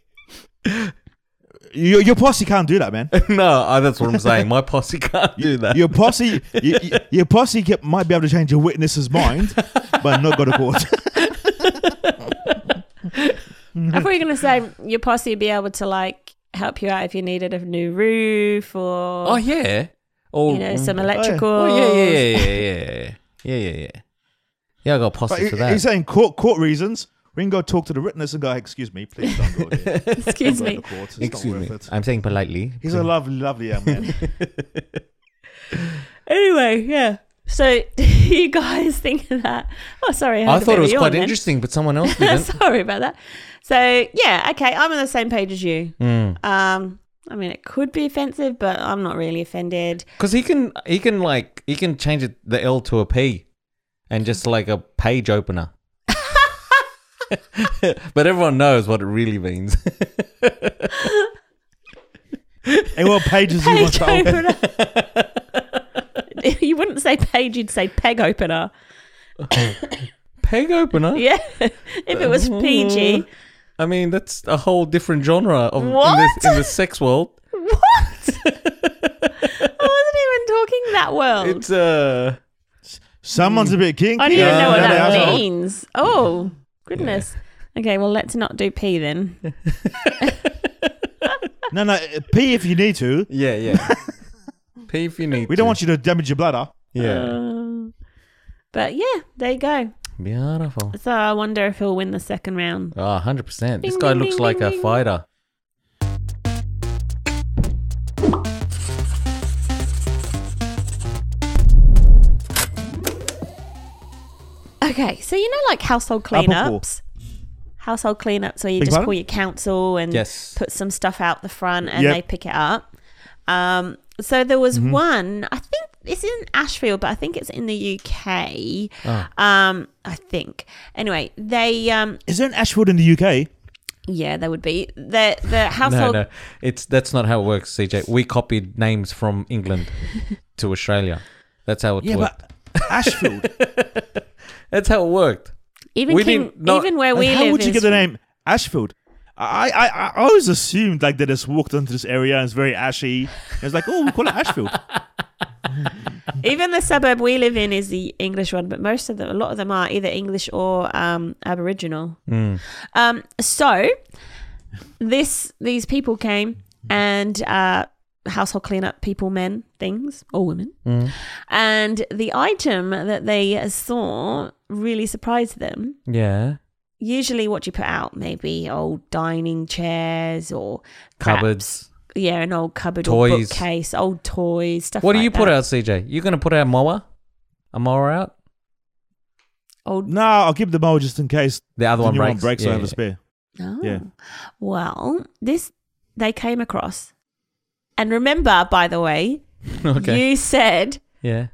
[SPEAKER 4] Your, your posse can't do that, man.
[SPEAKER 2] be? no, I, that's what I'm saying. My posse can't do that.
[SPEAKER 4] Your posse, you, you- your posse get, might be able to change your witness's mind, but not go to court.
[SPEAKER 3] I thought you were gonna say your posse would be able to like help you out if you needed a new roof or
[SPEAKER 2] oh, yeah. Or,
[SPEAKER 3] you know some
[SPEAKER 2] oh,
[SPEAKER 3] electrical.
[SPEAKER 2] yeah, yeah, yeah, yeah, yeah, yeah, yeah, yeah. Yeah, I got a
[SPEAKER 4] But
[SPEAKER 2] posse
[SPEAKER 4] he-
[SPEAKER 2] for that.
[SPEAKER 4] he's saying court court reasons. We can go talk to the witness and go, excuse me, please don't go there.
[SPEAKER 3] Excuse
[SPEAKER 4] Don't go
[SPEAKER 3] me.
[SPEAKER 4] to court. It's
[SPEAKER 2] Excuse
[SPEAKER 4] not
[SPEAKER 2] me.
[SPEAKER 4] worth it.
[SPEAKER 2] I'm saying politely.
[SPEAKER 4] He's a lovely, lovely young man.
[SPEAKER 3] Anyway, yeah. So you guys think of that? Oh, sorry.
[SPEAKER 2] I
[SPEAKER 3] had
[SPEAKER 2] thought
[SPEAKER 3] a bit
[SPEAKER 2] it
[SPEAKER 3] of
[SPEAKER 2] was
[SPEAKER 3] yawn
[SPEAKER 2] quite
[SPEAKER 3] then.
[SPEAKER 2] interesting, but someone else didn't.
[SPEAKER 3] Sorry about that. So yeah, okay, I'm on the same page as you.
[SPEAKER 2] Because
[SPEAKER 3] Um, I mean, it could be offensive, but I'm not really offended.
[SPEAKER 2] he can, he can like, he can change it, the L to a P, and just like a page opener. but everyone knows what it really means.
[SPEAKER 4] and what pages do you want
[SPEAKER 3] Page
[SPEAKER 4] to open?
[SPEAKER 3] opener. you wouldn't say page, you'd say peg opener.
[SPEAKER 2] Peg opener.
[SPEAKER 3] Yeah, if it was PG.
[SPEAKER 2] I mean, that's a whole different genre of in,
[SPEAKER 3] What?
[SPEAKER 2] this, in the sex world.
[SPEAKER 3] What? I wasn't even talking that world.
[SPEAKER 2] It's uh,
[SPEAKER 4] Someone's a bit kinky.
[SPEAKER 3] I don't even know what
[SPEAKER 4] in the
[SPEAKER 3] that
[SPEAKER 4] household.
[SPEAKER 3] means. Oh goodness. Okay, well let's not do P then.
[SPEAKER 4] No, no, uh, pee if you need to.
[SPEAKER 2] yeah, yeah. P if you need.
[SPEAKER 4] We don't want you to damage your bladder.
[SPEAKER 2] Yeah.
[SPEAKER 3] Uh, but yeah, there you go.
[SPEAKER 2] Beautiful.
[SPEAKER 3] So I wonder if he'll win the second round.
[SPEAKER 2] Ah, hundred percent. This
[SPEAKER 3] Ding,
[SPEAKER 2] guy
[SPEAKER 3] ding,
[SPEAKER 2] looks
[SPEAKER 3] ding,
[SPEAKER 2] like
[SPEAKER 3] ding,
[SPEAKER 2] a
[SPEAKER 3] ding.
[SPEAKER 2] fighter.
[SPEAKER 3] Okay, so you know, like household
[SPEAKER 4] Apple core.
[SPEAKER 3] cleanups, household cleanups where you
[SPEAKER 4] Beg
[SPEAKER 3] just
[SPEAKER 4] pardon?
[SPEAKER 3] call your council and
[SPEAKER 2] Yes.
[SPEAKER 3] put some stuff out the front and
[SPEAKER 4] Yep. Mm-hmm.
[SPEAKER 3] they pick it up. Um, so there was one. I think it's in Ashfield, but I think it's in the UK.
[SPEAKER 4] Ah.
[SPEAKER 3] Um, I think. Anyway, they um,
[SPEAKER 4] Is there an Ashford in the UK?
[SPEAKER 3] yeah, there would be the the
[SPEAKER 2] No,
[SPEAKER 3] household.
[SPEAKER 2] no, it's that's not how it works, CJ. We copied names from England to Australia. That's how it
[SPEAKER 4] Yeah,
[SPEAKER 2] worked.
[SPEAKER 4] but Ashfield.
[SPEAKER 2] That's how it worked.
[SPEAKER 3] Even
[SPEAKER 2] We
[SPEAKER 3] King,
[SPEAKER 2] didn't know-
[SPEAKER 3] even where we
[SPEAKER 4] how
[SPEAKER 3] live
[SPEAKER 4] would you
[SPEAKER 3] is-
[SPEAKER 4] get the name Ashfield? I, I, I- I always assumed like they just walked into this area and it's very ashy. It's like, oh, we call it Ashfield.
[SPEAKER 3] Even the suburb we live in is the English one, but most of them, a lot of them are either English or um, Aboriginal.
[SPEAKER 2] Hmm.
[SPEAKER 3] Um, so this these people came and uh, household cleanup people, men, things, or women.
[SPEAKER 2] Hmm.
[SPEAKER 3] And the item that they saw really surprised them.
[SPEAKER 2] Yeah.
[SPEAKER 3] Usually, what you put out, maybe old dining chairs or perhaps-
[SPEAKER 2] Cupboards.
[SPEAKER 3] Yeah, an old cupboard or
[SPEAKER 2] Toys.
[SPEAKER 3] bookcase, old toys, stuff
[SPEAKER 2] What do
[SPEAKER 3] like
[SPEAKER 2] you put
[SPEAKER 3] that.
[SPEAKER 2] out, CJ? You gonna put out mower? A mower out?
[SPEAKER 3] Old
[SPEAKER 4] No, I'll keep the mower just in case
[SPEAKER 2] The other
[SPEAKER 4] the
[SPEAKER 2] one
[SPEAKER 4] new
[SPEAKER 2] breaks.
[SPEAKER 4] one breaks.
[SPEAKER 2] Yeah,
[SPEAKER 4] I have
[SPEAKER 2] yeah.
[SPEAKER 4] a spare.
[SPEAKER 3] Oh.
[SPEAKER 4] Yeah.
[SPEAKER 3] Well, this they came across. And remember, by the way,
[SPEAKER 2] okay.
[SPEAKER 3] you said
[SPEAKER 2] yeah.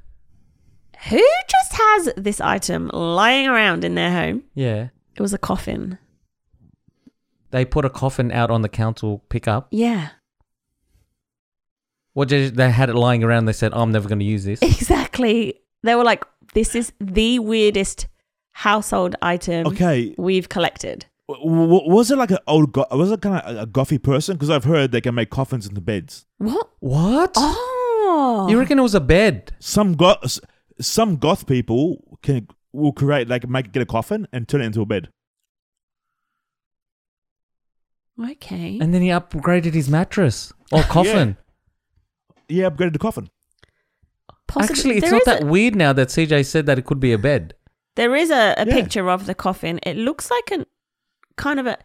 [SPEAKER 3] who just has this item lying around in their home?
[SPEAKER 2] Yeah.
[SPEAKER 3] It was a coffin.
[SPEAKER 2] They put a coffin out on the council pickup.
[SPEAKER 3] Yeah.
[SPEAKER 2] What did they had it lying around? They said, oh, "I'm never gonna use this."
[SPEAKER 3] Exactly. They were like, this is the weirdest household item
[SPEAKER 4] Okay,
[SPEAKER 3] we've collected.
[SPEAKER 4] w- w- was it like an old? Go- was it kind of a gothy person? Because I've heard they can make coffins into beds.
[SPEAKER 3] What?
[SPEAKER 2] What?
[SPEAKER 3] Oh.
[SPEAKER 2] You reckon it was a bed?
[SPEAKER 4] Some goth, some goth people can will create like make get a coffin and turn it into a bed.
[SPEAKER 3] okay.
[SPEAKER 2] And then he upgraded his mattress or coffin.
[SPEAKER 4] Yeah, upgraded the coffin.
[SPEAKER 3] Possibly-
[SPEAKER 2] Actually, it's
[SPEAKER 3] there
[SPEAKER 2] not
[SPEAKER 3] is
[SPEAKER 2] that
[SPEAKER 3] a-
[SPEAKER 2] weird now that CJ said that it could be a bed.
[SPEAKER 3] There is a, a
[SPEAKER 4] Yeah.
[SPEAKER 3] picture of the coffin. It looks like an kind of a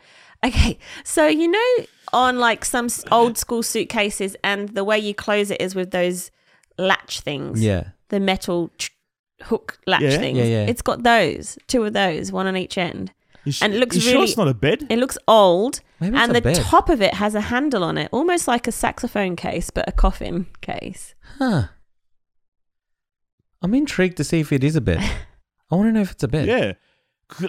[SPEAKER 3] okay. So you know, on like some s- old school suitcases, and the way you close it is with those latch things.
[SPEAKER 2] Yeah.
[SPEAKER 3] the metal ch- hook latch
[SPEAKER 4] Yeah.
[SPEAKER 3] things.
[SPEAKER 2] Yeah, yeah.
[SPEAKER 3] It's got those two of those, one on each end.
[SPEAKER 4] You s-
[SPEAKER 3] And it looks
[SPEAKER 4] you sure
[SPEAKER 3] really-
[SPEAKER 4] it's not a bed.
[SPEAKER 3] It looks old,
[SPEAKER 2] Maybe it's
[SPEAKER 3] and
[SPEAKER 2] a
[SPEAKER 3] the
[SPEAKER 2] bed.
[SPEAKER 3] top of it has a handle on it, almost like a saxophone case, but a coffin case.
[SPEAKER 2] Huh. I'm intrigued to see if it is a bed. I want to know if it's a bed.
[SPEAKER 4] Yeah,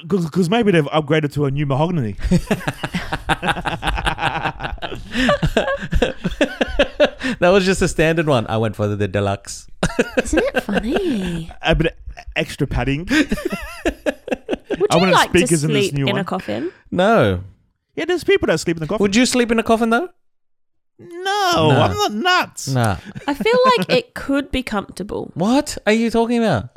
[SPEAKER 4] because maybe they've upgraded to a new mahogany.
[SPEAKER 2] that was just a standard one. I went for the deluxe.
[SPEAKER 3] Isn't it funny?
[SPEAKER 4] a bit of extra padding.
[SPEAKER 3] Would
[SPEAKER 4] I
[SPEAKER 3] you
[SPEAKER 4] wanted
[SPEAKER 3] like to
[SPEAKER 4] speakers in this
[SPEAKER 3] sleep
[SPEAKER 4] new
[SPEAKER 3] in a
[SPEAKER 4] one.
[SPEAKER 3] coffin?
[SPEAKER 2] No.
[SPEAKER 4] Yeah, there's people that sleep in the coffin.
[SPEAKER 2] Would you sleep in a coffin though?
[SPEAKER 4] no,
[SPEAKER 2] Nah.
[SPEAKER 4] I'm not nuts.
[SPEAKER 2] Nah.
[SPEAKER 3] I feel like it could be comfortable.
[SPEAKER 2] What are you talking about?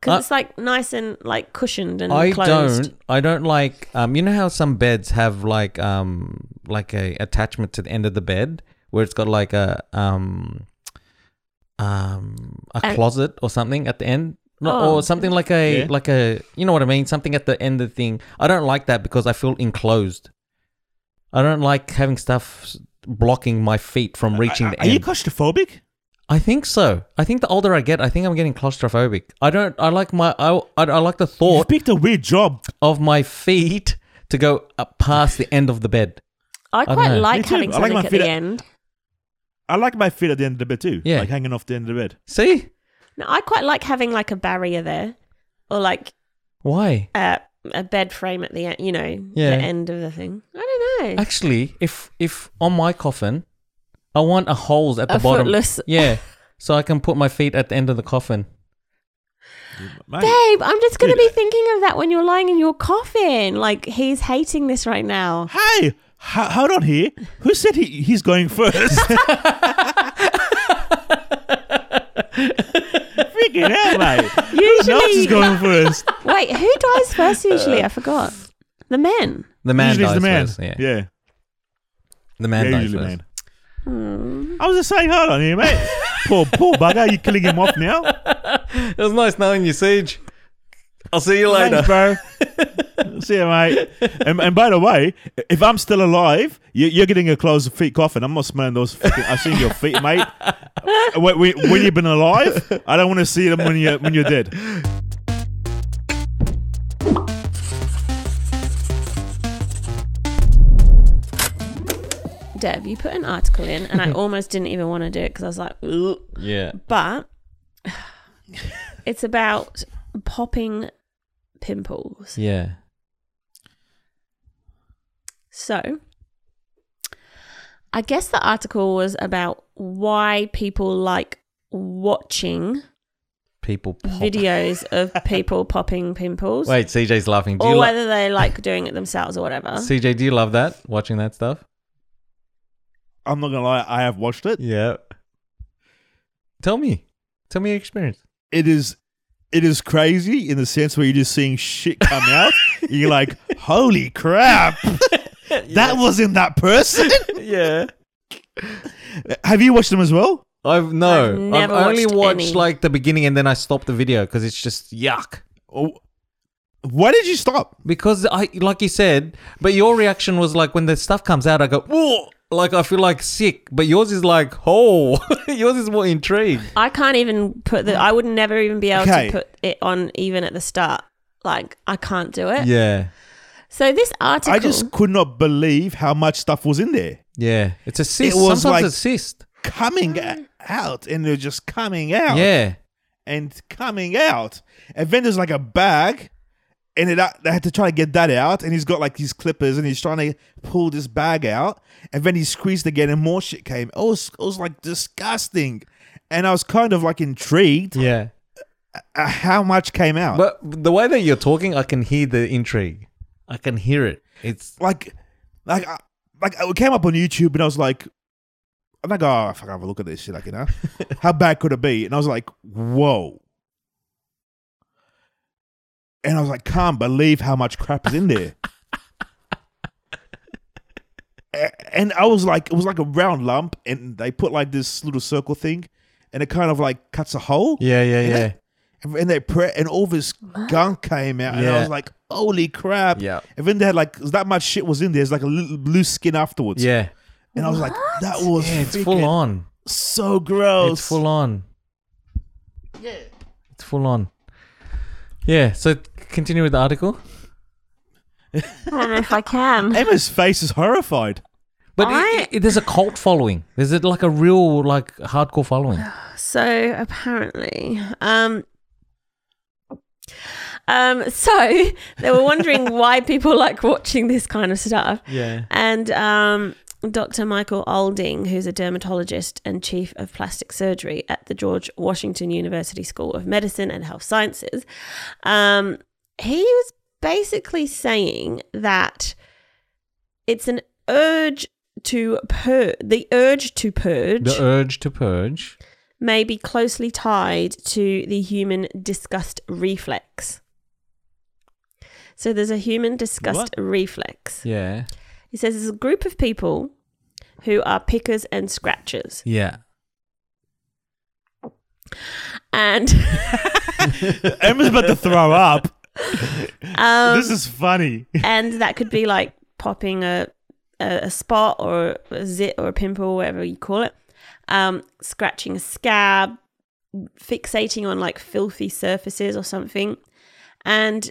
[SPEAKER 3] because
[SPEAKER 2] I-
[SPEAKER 3] it's like nice and like cushioned and
[SPEAKER 2] I
[SPEAKER 3] closed.
[SPEAKER 2] don't. I don't like. Um, you know how some beds have like um like a attachment to the end of the bed where it's got like a um um a
[SPEAKER 3] An-
[SPEAKER 2] closet or something at the end. No,
[SPEAKER 3] Oh.
[SPEAKER 2] or something like a
[SPEAKER 4] Yeah.
[SPEAKER 2] like a you know what I mean something at the end of the thing. I don't like that because I feel enclosed. I don't like having stuff s- blocking my feet from reaching
[SPEAKER 4] Are,
[SPEAKER 2] the
[SPEAKER 4] Uh, are
[SPEAKER 2] end.
[SPEAKER 4] you claustrophobic?
[SPEAKER 2] I think so. I think the older I get, I think I'm getting claustrophobic. I don't. I like my. I I, I like the
[SPEAKER 4] You
[SPEAKER 2] thought
[SPEAKER 4] picked a weird job.
[SPEAKER 2] of my feet to go up past the end of the bed.
[SPEAKER 3] I
[SPEAKER 2] don't
[SPEAKER 3] quite
[SPEAKER 2] know.
[SPEAKER 3] like
[SPEAKER 4] Me too.
[SPEAKER 3] having
[SPEAKER 4] I like
[SPEAKER 3] something
[SPEAKER 4] my
[SPEAKER 3] at
[SPEAKER 4] feet
[SPEAKER 3] the
[SPEAKER 4] up-
[SPEAKER 3] end.
[SPEAKER 4] I like my feet at the end of the bed too.
[SPEAKER 2] Yeah.
[SPEAKER 4] like hanging off the end of the bed.
[SPEAKER 2] See
[SPEAKER 3] No, I quite like having like a barrier there, or like
[SPEAKER 2] why?
[SPEAKER 3] a a bed frame at the end. You know,
[SPEAKER 2] Yeah.
[SPEAKER 3] the end of the thing. I don't know.
[SPEAKER 2] Actually, if if on my coffin, I want a holes at the
[SPEAKER 3] A
[SPEAKER 2] bottom.
[SPEAKER 3] footless-
[SPEAKER 2] Yeah, so I can put my feet at the end of the coffin.
[SPEAKER 4] Mate,
[SPEAKER 3] Babe, I'm just gonna
[SPEAKER 4] Dude,
[SPEAKER 3] be thinking of that when you're lying in your coffin. Like he's hating this right now.
[SPEAKER 4] hey, h- hold on here. Who said he, he's going first? Freaking out, mate. Who else is
[SPEAKER 3] Usually,
[SPEAKER 4] going Uh, first?
[SPEAKER 3] wait, who dies first? Usually, I forgot. The men.
[SPEAKER 2] The man
[SPEAKER 4] usually it's
[SPEAKER 2] dies
[SPEAKER 4] the man.
[SPEAKER 2] first. Yeah.
[SPEAKER 4] yeah.
[SPEAKER 2] the man
[SPEAKER 4] Yeah,
[SPEAKER 2] dies
[SPEAKER 4] usually
[SPEAKER 2] first.
[SPEAKER 4] man.
[SPEAKER 3] Hmm.
[SPEAKER 4] I was just saying, hold on here, mate. poor, poor bugger, you killing him off now.
[SPEAKER 2] It was nice knowing you, Siege. I'll see you later.
[SPEAKER 4] Thanks, bro. See you, mate. And, and by the way, if I'm still alive, you, you're getting a closed feet coffin. I'm not smelling those. Fucking, I've seen your feet, mate. When, when when you've been alive, I don't want to see them when you when you're dead.
[SPEAKER 3] Deb, you put an article in, and I almost didn't even want to do it because I was like, Ugh.
[SPEAKER 2] Yeah.
[SPEAKER 3] but it's about popping pimples.
[SPEAKER 2] Yeah.
[SPEAKER 3] So I guess the article was about why people like watching
[SPEAKER 2] People pop.
[SPEAKER 3] videos of people popping pimples
[SPEAKER 2] Wait, CJ's laughing. Do
[SPEAKER 3] or
[SPEAKER 2] you like?
[SPEAKER 3] whether they like doing it themselves or whatever.
[SPEAKER 2] CJ, do you love that? Watching that stuff?
[SPEAKER 4] I'm not gonna lie, I have watched it.
[SPEAKER 2] Yeah. Tell me. Tell me your experience.
[SPEAKER 4] It is it is crazy in the sense where you're just seeing shit come out. you're like, holy crap, that wasn't that person.
[SPEAKER 2] Yeah.
[SPEAKER 4] Have you watched them as well?
[SPEAKER 2] I've no.
[SPEAKER 3] I've
[SPEAKER 2] I've,
[SPEAKER 3] never
[SPEAKER 2] only
[SPEAKER 3] watched
[SPEAKER 2] watched
[SPEAKER 3] any.
[SPEAKER 2] like the beginning and then I stopped the video because it's just yuck.
[SPEAKER 4] Oh, Why did you stop?
[SPEAKER 2] Because I like you said, but your reaction was like when the stuff comes out, I go, Whoa! like I feel like sick. But yours is like, oh, yours is more intrigued.
[SPEAKER 3] I can't even put the. I would never even be able
[SPEAKER 4] Okay.
[SPEAKER 3] to put it on even at the start. Like I can't do it.
[SPEAKER 2] Yeah,
[SPEAKER 3] So this article.
[SPEAKER 4] I just could not believe how much stuff was in there
[SPEAKER 2] yeah. It's a cyst.
[SPEAKER 4] It was
[SPEAKER 2] Sometimes a
[SPEAKER 4] like-
[SPEAKER 2] cyst.
[SPEAKER 4] coming a- out, and they're just coming out
[SPEAKER 2] Yeah,
[SPEAKER 4] and coming out. And then there's like a bag, and it, uh, they had to try to get that out. And he's got like these clippers, and he's trying to pull this bag out. And then he squeezed again, and more shit came. It was, it was like disgusting. And I was kind of like intrigued
[SPEAKER 2] yeah.
[SPEAKER 4] at how much came out.
[SPEAKER 2] But the way that you're talking, I can hear the intrigue. I can hear it. It's
[SPEAKER 4] like like I, like it came up on YouTube and I was like I'm like oh fuck have a look at this shit like you know how bad could it be and I was like whoa and I was like can't believe how much crap is in there A- and I was like it was like a round lump and they put like this little circle thing and it kind of like cuts a hole
[SPEAKER 2] yeah, yeah, yeah,
[SPEAKER 4] and they pre- and all this gunk came out, and I
[SPEAKER 2] Yeah.
[SPEAKER 4] was like, "Holy crap!"
[SPEAKER 2] Yeah.
[SPEAKER 4] And then they had like 'cause that much shit was in there. It's like a little loose skin afterwards.
[SPEAKER 2] yeah.
[SPEAKER 4] And I was like, "That was
[SPEAKER 2] Yeah, it's full
[SPEAKER 4] freaking
[SPEAKER 2] on.
[SPEAKER 4] so gross."
[SPEAKER 2] It's full on. Yeah. It's full on. Yeah. So continue with the article.
[SPEAKER 3] I don't know if I can.
[SPEAKER 4] Emma's face is horrified.
[SPEAKER 2] But
[SPEAKER 3] I-
[SPEAKER 2] it, it, there's a cult following. There's it like a real like hardcore following.
[SPEAKER 3] So apparently, um, um, so they were wondering why people like watching this kind of stuff.
[SPEAKER 2] Yeah.
[SPEAKER 3] And um, Dr. Michael Alding, who's a dermatologist and chief of plastic surgery at the George Washington University School of Medicine and Health Sciences, um, he was basically saying that it's an urge to purge, the urge to purge
[SPEAKER 2] The urge to purge.
[SPEAKER 3] may be closely tied to the human disgust reflex. So there's a human disgust reflex.
[SPEAKER 2] Yeah.
[SPEAKER 3] He says there's a group of people who are pickers and scratchers.
[SPEAKER 2] Yeah.
[SPEAKER 3] And
[SPEAKER 4] Emma's about to throw up.
[SPEAKER 3] um,
[SPEAKER 4] this is funny.
[SPEAKER 3] and that could be like popping a, a, a spot or a zit or a pimple, whatever you call it, um, scratching a scab, fixating on like filthy surfaces or something, and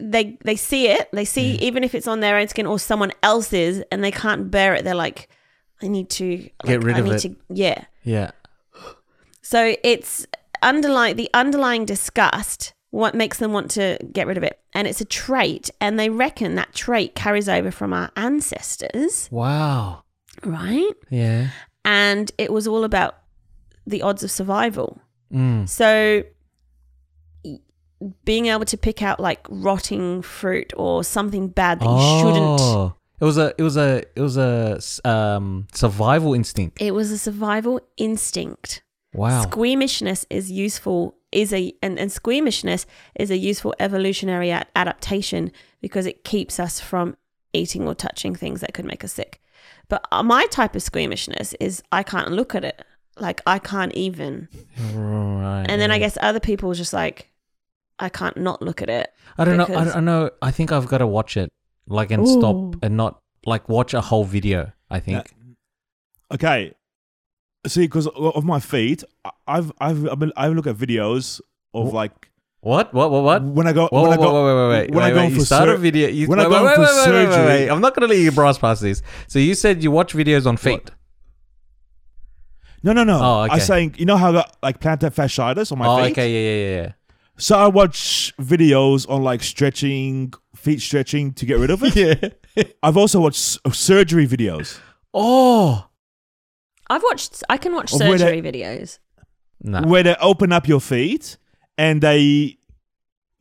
[SPEAKER 3] they they see it, they see even if it's on their own skin or someone else's, and they can't bear it. They're like, I need to like,
[SPEAKER 2] Get rid
[SPEAKER 3] I
[SPEAKER 2] of
[SPEAKER 3] need
[SPEAKER 2] it.
[SPEAKER 3] To, yeah,
[SPEAKER 2] Yeah.
[SPEAKER 3] so it's underlying the underlying disgust what makes them want to get rid of it. And it's a trait and they reckon that trait carries over from our ancestors,
[SPEAKER 2] Wow.
[SPEAKER 3] right?
[SPEAKER 2] Yeah.
[SPEAKER 3] And it was all about the odds of survival.
[SPEAKER 2] Mm.
[SPEAKER 3] So y- being able to pick out like rotting fruit or something bad that you shouldn't
[SPEAKER 2] Oh. It was a it was a it was a s- um survival instinct.
[SPEAKER 3] it was a survival instinct.
[SPEAKER 2] Wow.
[SPEAKER 3] Squeamishness is useful is a and, and squeamishness is a useful evolutionary a- adaptation because it keeps us from eating or touching things that could make us sick. But uh, my type of squeamishness is I can't look at it. Like I can't even.
[SPEAKER 2] right.
[SPEAKER 3] And then I
[SPEAKER 2] yeah.
[SPEAKER 3] guess other people just like I can't not look at it.
[SPEAKER 2] I don't know. I
[SPEAKER 3] because-
[SPEAKER 2] don't I know. I think I've got to watch it like and
[SPEAKER 3] Ooh.
[SPEAKER 2] stop and not like watch a whole video. I think.
[SPEAKER 4] Okay. See, because of my feet, I- I've I've I've, been, I've looked at videos of like
[SPEAKER 2] What? What? What? What?
[SPEAKER 4] when I go
[SPEAKER 2] Whoa, whoa,
[SPEAKER 4] when I go
[SPEAKER 2] whoa, wait, wait, wait,
[SPEAKER 4] when
[SPEAKER 2] wait,
[SPEAKER 4] I go
[SPEAKER 2] wait.
[SPEAKER 4] for
[SPEAKER 2] you start
[SPEAKER 4] sur-
[SPEAKER 2] a video. You,
[SPEAKER 4] when I
[SPEAKER 2] wait,
[SPEAKER 4] go
[SPEAKER 2] wait, wait,
[SPEAKER 4] for
[SPEAKER 2] wait, wait, wait,
[SPEAKER 4] surgery-
[SPEAKER 2] wait. oh I'm not gonna let you brush past this. So you said you watch videos on feet.
[SPEAKER 4] No, no, no.
[SPEAKER 2] Oh, okay.
[SPEAKER 4] I'm saying, you know how I got like plantar fasciitis on my
[SPEAKER 2] oh,
[SPEAKER 4] feet?
[SPEAKER 2] okay, yeah, yeah, yeah,
[SPEAKER 4] So I watch videos on like stretching, feet stretching to get rid of it.
[SPEAKER 2] yeah. Yeah.
[SPEAKER 4] I've also watched s- uh, surgery videos.
[SPEAKER 2] Oh
[SPEAKER 3] I've watched I can watch
[SPEAKER 4] Of where
[SPEAKER 3] surgery videos.
[SPEAKER 2] no.
[SPEAKER 4] Where they open up your feet and they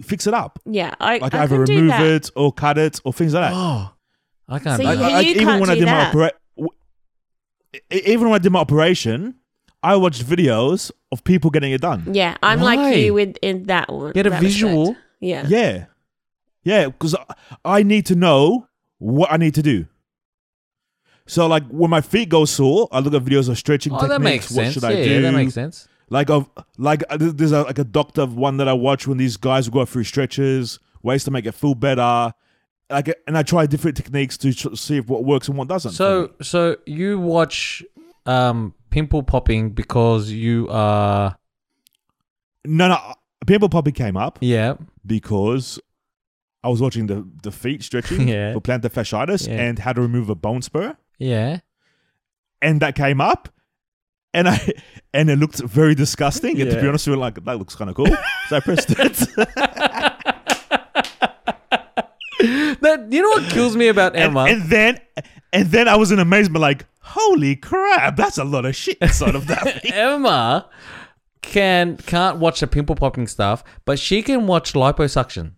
[SPEAKER 4] fix it up.
[SPEAKER 3] Yeah, I,
[SPEAKER 4] Like
[SPEAKER 3] I
[SPEAKER 4] either
[SPEAKER 3] can do
[SPEAKER 4] remove
[SPEAKER 3] that.
[SPEAKER 4] it or cut it or things like that.
[SPEAKER 2] Oh, I can't.
[SPEAKER 3] See,
[SPEAKER 2] I-
[SPEAKER 3] you-
[SPEAKER 4] like, even
[SPEAKER 3] can't
[SPEAKER 4] when I
[SPEAKER 3] do
[SPEAKER 4] did
[SPEAKER 3] that.
[SPEAKER 4] my opera- e- even when I did my operation, I watched videos of people getting it done.
[SPEAKER 3] Yeah, I'm
[SPEAKER 2] Why?
[SPEAKER 3] like you with in that one.
[SPEAKER 2] Get a
[SPEAKER 3] that respect.
[SPEAKER 2] visual.
[SPEAKER 3] Yeah.
[SPEAKER 4] Yeah. Yeah, because I, I need to know what I need to do. So like when my feet go sore, I look at videos of stretching
[SPEAKER 2] Oh,
[SPEAKER 4] techniques.
[SPEAKER 2] that makes
[SPEAKER 4] what
[SPEAKER 2] sense.
[SPEAKER 4] should
[SPEAKER 2] Yeah,
[SPEAKER 4] I do?
[SPEAKER 2] yeah, that makes sense.
[SPEAKER 4] Like of like uh, th- there's a, like a doctor one that I watch when these guys go through stretches, ways to make it feel better. Like uh, and I try different techniques to tr- see if what works and what doesn't.
[SPEAKER 2] So, so you watch um, pimple popping because you are
[SPEAKER 4] no, no, uh, pimple popping came up
[SPEAKER 2] yeah.
[SPEAKER 4] because I was watching the the feet stretching
[SPEAKER 2] Yeah.
[SPEAKER 4] for plantar fasciitis
[SPEAKER 2] Yeah.
[SPEAKER 4] and how to remove a bone spur,
[SPEAKER 2] Yeah.
[SPEAKER 4] and that came up. And I and it looked very disgusting. And to be
[SPEAKER 2] Yeah.
[SPEAKER 4] honest, we were like, that looks kind of cool. so I pressed it.
[SPEAKER 2] That you know what kills me about
[SPEAKER 4] and,
[SPEAKER 2] Emma.
[SPEAKER 4] and then and then I was in amazement, like, holy crap, that's a lot of shit inside of that thing.
[SPEAKER 2] Emma can can't watch the pimple popping stuff, but she can watch liposuction.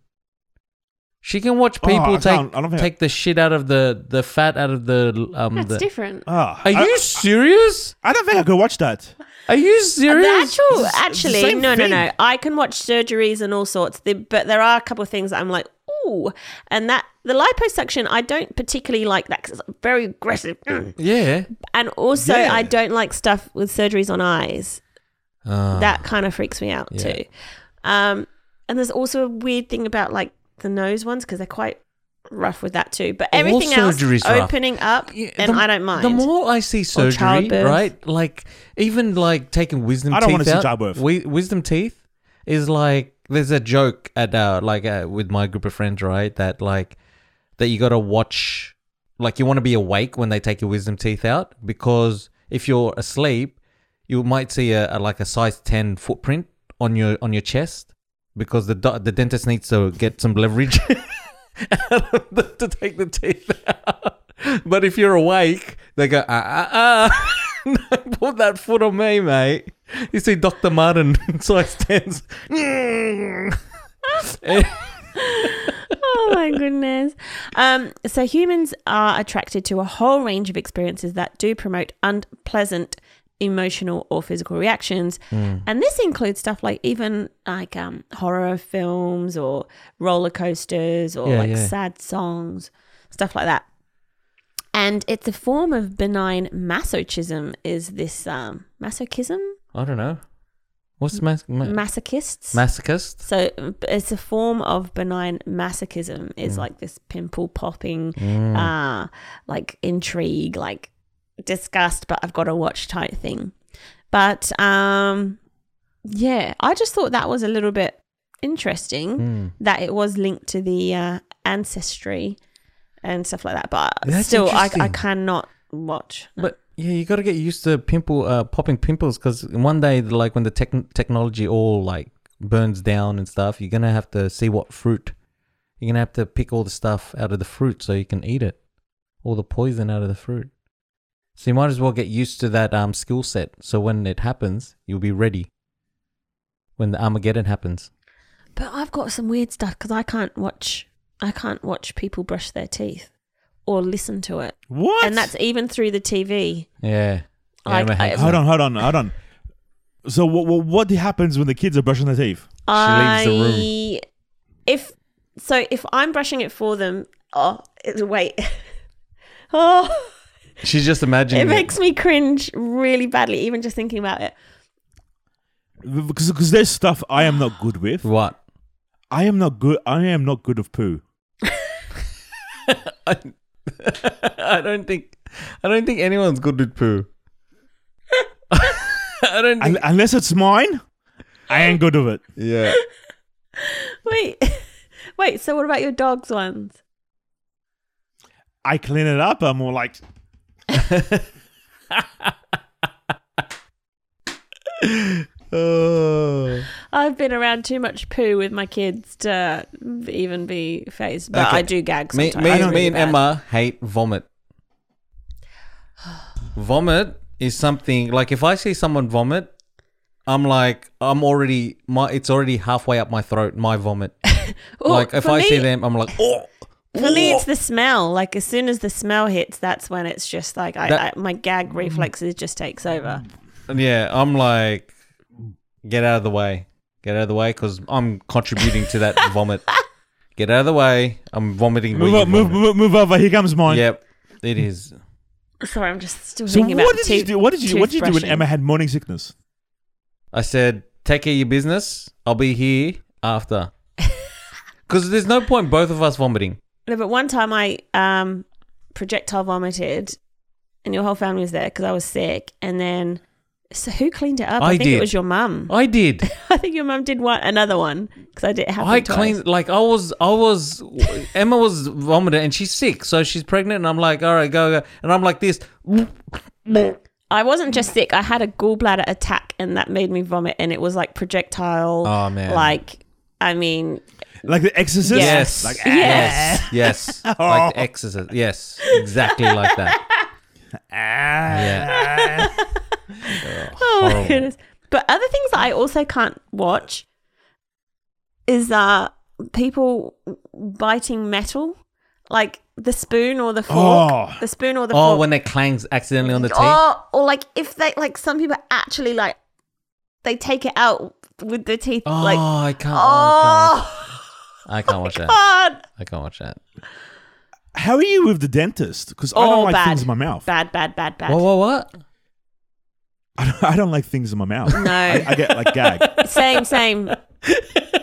[SPEAKER 2] She can watch
[SPEAKER 4] Oh,
[SPEAKER 2] people
[SPEAKER 4] I
[SPEAKER 2] take
[SPEAKER 4] don't- I don't think I-
[SPEAKER 2] take the shit out of the the fat out of the um.
[SPEAKER 3] That's
[SPEAKER 2] the,
[SPEAKER 3] different.
[SPEAKER 4] Ah,
[SPEAKER 2] Are
[SPEAKER 4] I,
[SPEAKER 2] you serious?
[SPEAKER 4] I don't think I could watch that.
[SPEAKER 2] Are you
[SPEAKER 3] uh, The
[SPEAKER 2] serious?
[SPEAKER 3] actual,
[SPEAKER 4] It's the
[SPEAKER 3] actually,
[SPEAKER 4] same
[SPEAKER 3] no, no, no.
[SPEAKER 4] thing.
[SPEAKER 3] I can watch surgeries and all sorts, the, but there are a couple of things that I'm like, ooh, and that the liposuction I don't particularly like that 'cause it's very aggressive, Mm.
[SPEAKER 2] yeah.
[SPEAKER 3] and also
[SPEAKER 4] Yeah.
[SPEAKER 3] I don't like stuff with surgeries on eyes.
[SPEAKER 2] Uh,
[SPEAKER 3] that kind of freaks me out
[SPEAKER 2] Yeah.
[SPEAKER 3] too. Um, and there's also a weird thing about like the nose ones because they're quite rough with that too. But
[SPEAKER 2] All
[SPEAKER 3] everything else
[SPEAKER 2] surgery's rough.
[SPEAKER 3] opening up,
[SPEAKER 2] Yeah,
[SPEAKER 3] and
[SPEAKER 2] the-
[SPEAKER 3] I don't mind.
[SPEAKER 2] The more I see surgery,
[SPEAKER 3] childbirth.
[SPEAKER 2] right? Like even like taking wisdom
[SPEAKER 4] I don't wanna
[SPEAKER 2] teeth
[SPEAKER 4] see
[SPEAKER 2] out.
[SPEAKER 4] childbirth.
[SPEAKER 2] wi- wisdom teeth is like there's a joke at uh, like uh, with my group of friends, right? That like that you got to watch like you want to be awake when they take your wisdom teeth out because if you're asleep, you might see a, a like a size 10 footprint on your on your chest because the do- the dentist needs to get some leverage out of the- to take the teeth out. But if you're awake, they go ah ah ah. Put that foot on me, mate. You see Dr. Martin size 10s.
[SPEAKER 3] oh my goodness. Um, so humans are attracted to a whole range of experiences that do promote unpleasant emotional or physical reactions.
[SPEAKER 2] Hmm.
[SPEAKER 3] And this includes stuff like even like um, horror films or roller coasters or
[SPEAKER 2] Yeah,
[SPEAKER 3] like
[SPEAKER 2] yeah.
[SPEAKER 3] sad songs, stuff like that. And it's a form of benign masochism is this um, masochism?
[SPEAKER 2] I don't know. What's mas- ma-
[SPEAKER 3] Masochists?
[SPEAKER 2] masochist?
[SPEAKER 3] So uh, it's a form of benign masochism.
[SPEAKER 2] Mm.
[SPEAKER 3] Is like this pimple popping, uh, like intrigue, like disgust, but I've got to watch type thing. But um, yeah, I just thought that was a little bit interesting
[SPEAKER 2] Hmm.
[SPEAKER 3] that it was linked to the uh, ancestry and stuff like that. But
[SPEAKER 2] That's
[SPEAKER 3] still, I, I
[SPEAKER 2] interesting.
[SPEAKER 3] cannot watch.
[SPEAKER 2] But yeah, you got to get used to pimple uh, popping pimples because one day, like when the tech- technology all like burns down and stuff, you're gonna have to see what fruit you're gonna have to pick all the stuff out of the fruit so you can eat it, all the poison out of the fruit. So you might as well get used to that um, skill set. So when it happens, you'll be ready. When the Armageddon happens,
[SPEAKER 3] But I've got some weird stuff because I can't watch. I can't watch people brush their teeth or listen to it.
[SPEAKER 4] What?
[SPEAKER 3] And that's even through the TV.
[SPEAKER 2] yeah. Yeah,
[SPEAKER 3] Like,
[SPEAKER 2] Emma
[SPEAKER 3] I-
[SPEAKER 2] hates
[SPEAKER 4] hold
[SPEAKER 2] it.
[SPEAKER 4] on, hold on, hold on. So what, what what happens when the kids are brushing their teeth?
[SPEAKER 3] I,
[SPEAKER 2] She leaves
[SPEAKER 3] If so, if I'm brushing it for them, oh it- wait, oh,
[SPEAKER 2] She's just imagining.
[SPEAKER 3] it
[SPEAKER 2] It
[SPEAKER 3] makes me cringe really badly even just thinking about it.
[SPEAKER 4] Because because there's stuff I am not good with.
[SPEAKER 2] what?
[SPEAKER 4] I am not good. I am not good with poo.
[SPEAKER 2] I, I don't think I don't think anyone's good with poo. I don't
[SPEAKER 4] Un-
[SPEAKER 2] think
[SPEAKER 4] unless it's mine, I ain't good with it.
[SPEAKER 2] Yeah.
[SPEAKER 3] Wait, wait. So what about your dogs ones?
[SPEAKER 4] I clean it up. I'm all like,
[SPEAKER 2] Oh.
[SPEAKER 3] I've been around too much poo with my kids to even be phased, but
[SPEAKER 2] Okay.
[SPEAKER 3] I do gag
[SPEAKER 2] Me,
[SPEAKER 3] sometimes.
[SPEAKER 2] me,
[SPEAKER 3] It's really
[SPEAKER 2] me and
[SPEAKER 3] bad.
[SPEAKER 2] Emma hate vomit. Vomit is something like if I see someone vomit, I'm like I'm already my it's already halfway up my throat, my vomit.
[SPEAKER 3] Or
[SPEAKER 2] like if
[SPEAKER 3] for
[SPEAKER 2] I see
[SPEAKER 3] me-
[SPEAKER 2] them, I'm like, oh
[SPEAKER 3] For me, it's the smell. Like as soon as the smell hits, that's when it's just like I,
[SPEAKER 2] That- Mm.
[SPEAKER 3] I my gag reflexes just takes over.
[SPEAKER 2] Yeah, I'm like, get out of the way. Get out of the way because I'm contributing to that vomit. Get out of the way. I'm vomiting. where
[SPEAKER 4] move
[SPEAKER 2] you
[SPEAKER 4] up, move,
[SPEAKER 2] vomit.
[SPEAKER 4] move, move over. Here comes mine.
[SPEAKER 2] Yep, it is.
[SPEAKER 3] Sorry, I'm just still
[SPEAKER 4] So
[SPEAKER 3] thinking
[SPEAKER 4] what
[SPEAKER 3] about
[SPEAKER 4] did
[SPEAKER 3] the
[SPEAKER 4] you do? What did you What did you do when
[SPEAKER 3] toothbrushing.
[SPEAKER 4] Emma had morning sickness?
[SPEAKER 2] I said, take care of your business. I'll be here after. Because there's no point both of us vomiting.
[SPEAKER 3] No, but one time I um, projectile vomited, and your whole family was there because I was sick. And then, so who cleaned it up?
[SPEAKER 2] I
[SPEAKER 3] think
[SPEAKER 2] did.
[SPEAKER 3] it was your mum.
[SPEAKER 2] I did.
[SPEAKER 3] I think your mum did one another one because I did. It happened
[SPEAKER 2] I
[SPEAKER 3] twice.
[SPEAKER 2] cleaned like I was I was Emma was vomiting and she's sick, so she's pregnant and I'm like, all right, go go and I'm like this
[SPEAKER 3] I wasn't just sick. I had a gallbladder attack, and that made me vomit. And it was like projectile.
[SPEAKER 2] Oh, man.
[SPEAKER 3] Like, I mean,
[SPEAKER 4] Like the Exorcist?
[SPEAKER 2] Yes.
[SPEAKER 4] Like
[SPEAKER 3] Yeah.
[SPEAKER 2] yes. Yes. Like the exorcist. Yes. Exactly like that.
[SPEAKER 4] ah.
[SPEAKER 2] Yeah.
[SPEAKER 3] oh my
[SPEAKER 2] Horrible.
[SPEAKER 3] goodness. But other things that I also can't watch is uh people biting metal, like the spoon or the fork,
[SPEAKER 4] Oh.
[SPEAKER 3] the spoon or the Oh,
[SPEAKER 2] Oh,
[SPEAKER 3] fork.
[SPEAKER 2] when it clangs accidentally on the teeth.
[SPEAKER 3] Or, or like if they like some people actually like they take it out with their teeth,
[SPEAKER 2] Oh,
[SPEAKER 3] like
[SPEAKER 2] I can't. Oh,
[SPEAKER 3] oh
[SPEAKER 2] I can't watch that.
[SPEAKER 3] god,
[SPEAKER 2] I can't watch that.
[SPEAKER 4] How are you with the dentist? Because I
[SPEAKER 3] Oh,
[SPEAKER 4] don't like
[SPEAKER 3] bad.
[SPEAKER 4] things in my mouth.
[SPEAKER 3] bad, bad, bad, bad.
[SPEAKER 2] What? What? What?
[SPEAKER 4] I don't, I don't like things in my mouth.
[SPEAKER 3] No.
[SPEAKER 4] I, I get like gag.
[SPEAKER 3] Same, same.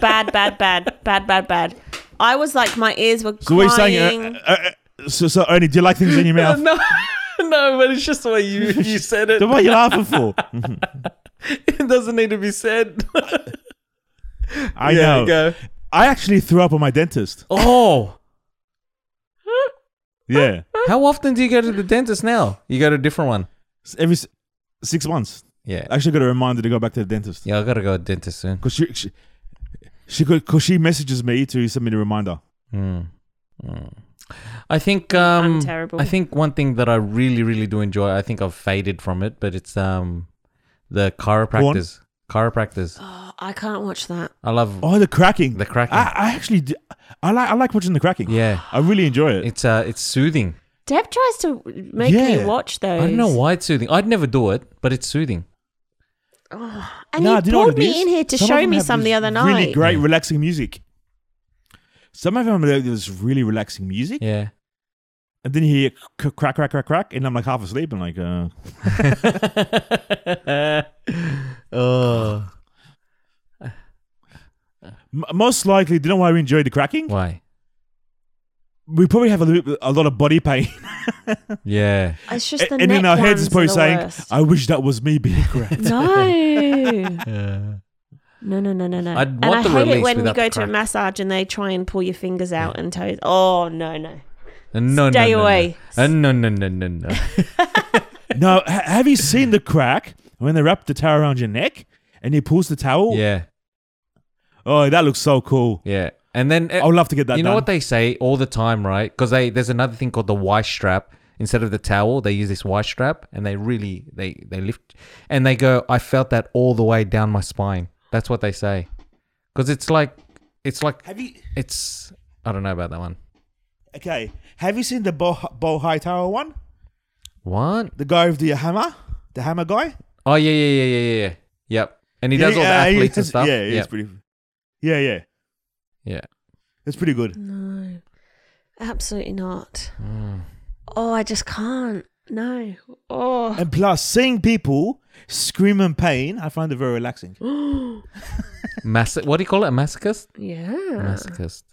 [SPEAKER 3] bad, bad, bad, bad, bad, bad. I was like, my ears were
[SPEAKER 4] So what
[SPEAKER 3] crying.
[SPEAKER 4] you're saying? Uh, uh, uh, so, so Ernie, do you like things in your mouth?
[SPEAKER 2] No, no. But it's just the way you you said it.
[SPEAKER 4] Then what are you laughing for?
[SPEAKER 2] It doesn't need to be said.
[SPEAKER 4] I
[SPEAKER 2] Yeah,
[SPEAKER 4] know.
[SPEAKER 2] go.
[SPEAKER 4] I actually threw up on my dentist.
[SPEAKER 2] Oh,
[SPEAKER 4] Yeah,
[SPEAKER 2] how often do you go to the dentist now? You go to a different one.
[SPEAKER 4] S- every s- six months.
[SPEAKER 2] Yeah.
[SPEAKER 4] I actually got a reminder to go back to the dentist
[SPEAKER 2] Yeah, I gotta go to dentist soon.
[SPEAKER 4] because she she she, could, cause she messages me to send me the reminder.
[SPEAKER 2] Mm. Mm. I think um,
[SPEAKER 3] I'm terrible.
[SPEAKER 2] I think one thing that I really, really do enjoy. I think I've faded from it, but it's um, the chiropractors. Chiropractors.
[SPEAKER 3] Oh, I can't watch that.
[SPEAKER 2] I love.
[SPEAKER 4] Oh, the cracking!
[SPEAKER 2] The cracking.
[SPEAKER 4] I, I actually do, I like I like watching the cracking.
[SPEAKER 2] Yeah,
[SPEAKER 4] I really enjoy it.
[SPEAKER 2] it's uh, it's soothing.
[SPEAKER 3] Deb tries to make me
[SPEAKER 4] Yeah.
[SPEAKER 3] watch those.
[SPEAKER 2] I don't know why it's soothing. I'd never do it, but it's soothing.
[SPEAKER 3] And
[SPEAKER 4] Nah,
[SPEAKER 3] you
[SPEAKER 4] do you know
[SPEAKER 3] pulled
[SPEAKER 4] what it
[SPEAKER 3] me
[SPEAKER 4] is?
[SPEAKER 3] in here to
[SPEAKER 4] Some of
[SPEAKER 3] show
[SPEAKER 4] them
[SPEAKER 3] me
[SPEAKER 4] have
[SPEAKER 3] some the
[SPEAKER 4] this
[SPEAKER 3] other night.
[SPEAKER 4] Really great, relaxing music. Some of them have this really relaxing music,
[SPEAKER 2] Yeah.
[SPEAKER 4] and then you hear c- crack, crack, crack, crack, and I'm like half asleep and like, uh,
[SPEAKER 2] oh.
[SPEAKER 4] M- most likely, do you know why we enjoy the cracking?
[SPEAKER 2] Why?
[SPEAKER 4] We probably have a, little, a lot of body pain,
[SPEAKER 2] Yeah.
[SPEAKER 3] It's just the
[SPEAKER 4] and in
[SPEAKER 3] neck
[SPEAKER 4] our heads, it's
[SPEAKER 3] ones are the
[SPEAKER 4] probably saying,
[SPEAKER 3] worst.
[SPEAKER 4] "I wish that was me being cracked."
[SPEAKER 3] no.
[SPEAKER 2] Uh,
[SPEAKER 3] No, no, no, no, no.
[SPEAKER 2] I'd
[SPEAKER 3] and
[SPEAKER 2] want
[SPEAKER 3] I
[SPEAKER 2] the
[SPEAKER 3] hate it
[SPEAKER 2] release
[SPEAKER 3] when you
[SPEAKER 2] without the
[SPEAKER 3] go to a
[SPEAKER 2] crack.
[SPEAKER 3] massage and they try and pull your fingers out and toes. Oh, no, no.
[SPEAKER 2] no,
[SPEAKER 3] Stay
[SPEAKER 2] no, no,
[SPEAKER 3] away.
[SPEAKER 2] No. Uh, no, no, no, no, no.
[SPEAKER 4] no, ha- have you seen the crack when they wrap the towel around your neck and he pulls the towel?
[SPEAKER 2] yeah.
[SPEAKER 4] Oh, that looks so cool.
[SPEAKER 2] Yeah. And then uh,
[SPEAKER 4] I would love to get that.
[SPEAKER 2] you know
[SPEAKER 4] done.
[SPEAKER 2] what they say all the time, right? Because they there's another thing called the Y strap. Instead of the towel, they use this Y strap, and they really they they lift and they go. I felt that all the way down my spine. That's what they say, because it's like it's like
[SPEAKER 4] Have you
[SPEAKER 2] it's I don't know about that one.
[SPEAKER 4] okay? Have you seen the bow, bow high tower one?
[SPEAKER 2] What?
[SPEAKER 4] The guy with the hammer, the hammer guy.
[SPEAKER 2] Oh yeah yeah yeah yeah yeah. Yep. And he does all the
[SPEAKER 4] Yeah, he
[SPEAKER 2] athletes and
[SPEAKER 4] does-
[SPEAKER 2] stuff.
[SPEAKER 4] Yeah,
[SPEAKER 2] yeah.
[SPEAKER 4] it's pretty. Yeah, yeah,
[SPEAKER 2] yeah.
[SPEAKER 4] it's pretty good.
[SPEAKER 3] No. Absolutely not.
[SPEAKER 4] Mm.
[SPEAKER 3] Oh, I just can't. No. Oh.
[SPEAKER 4] And plus, seeing people scream in pain, I find it very relaxing.
[SPEAKER 2] Mas- what do you call it? A masochist?
[SPEAKER 3] Yeah.
[SPEAKER 2] Masochist.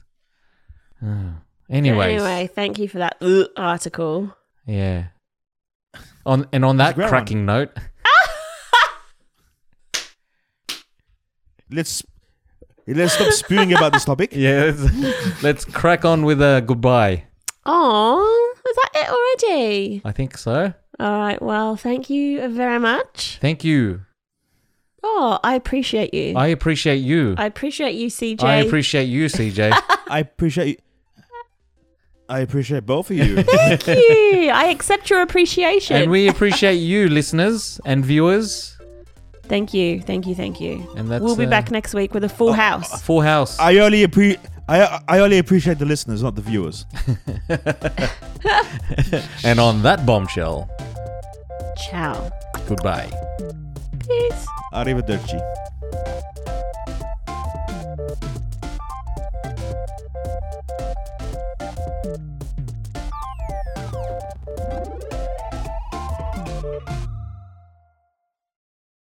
[SPEAKER 2] Oh. Anyways.
[SPEAKER 3] Anyway, thank you for that ugh, article.
[SPEAKER 2] Yeah. On and on that
[SPEAKER 4] a great
[SPEAKER 2] cracking note,
[SPEAKER 4] Let's let's stop spewing about this topic.
[SPEAKER 2] yeah, let's, let's crack on with a goodbye.
[SPEAKER 3] Oh, is that it already?
[SPEAKER 2] I think so.
[SPEAKER 3] All right. Well, thank you very much.
[SPEAKER 2] Thank you.
[SPEAKER 3] Oh, I appreciate you. I,
[SPEAKER 2] I appreciate
[SPEAKER 3] Uh,
[SPEAKER 2] you.
[SPEAKER 3] appreciate you, CJ.
[SPEAKER 2] I appreciate you, CJ.
[SPEAKER 4] I appreciate. I appreciate both of you.
[SPEAKER 3] thank you. I accept your appreciation.
[SPEAKER 2] and we appreciate you, listeners and viewers.
[SPEAKER 3] thank you. Thank you. Thank you.
[SPEAKER 2] And that's
[SPEAKER 3] we'll be
[SPEAKER 2] uh,
[SPEAKER 3] back next week with a full house.
[SPEAKER 2] Full house.
[SPEAKER 4] I only appreciate. I, I only appreciate the listeners, not the viewers.
[SPEAKER 2] and on that bombshell,
[SPEAKER 3] Ciao.
[SPEAKER 2] goodbye.
[SPEAKER 3] Peace.
[SPEAKER 4] Arrivederci.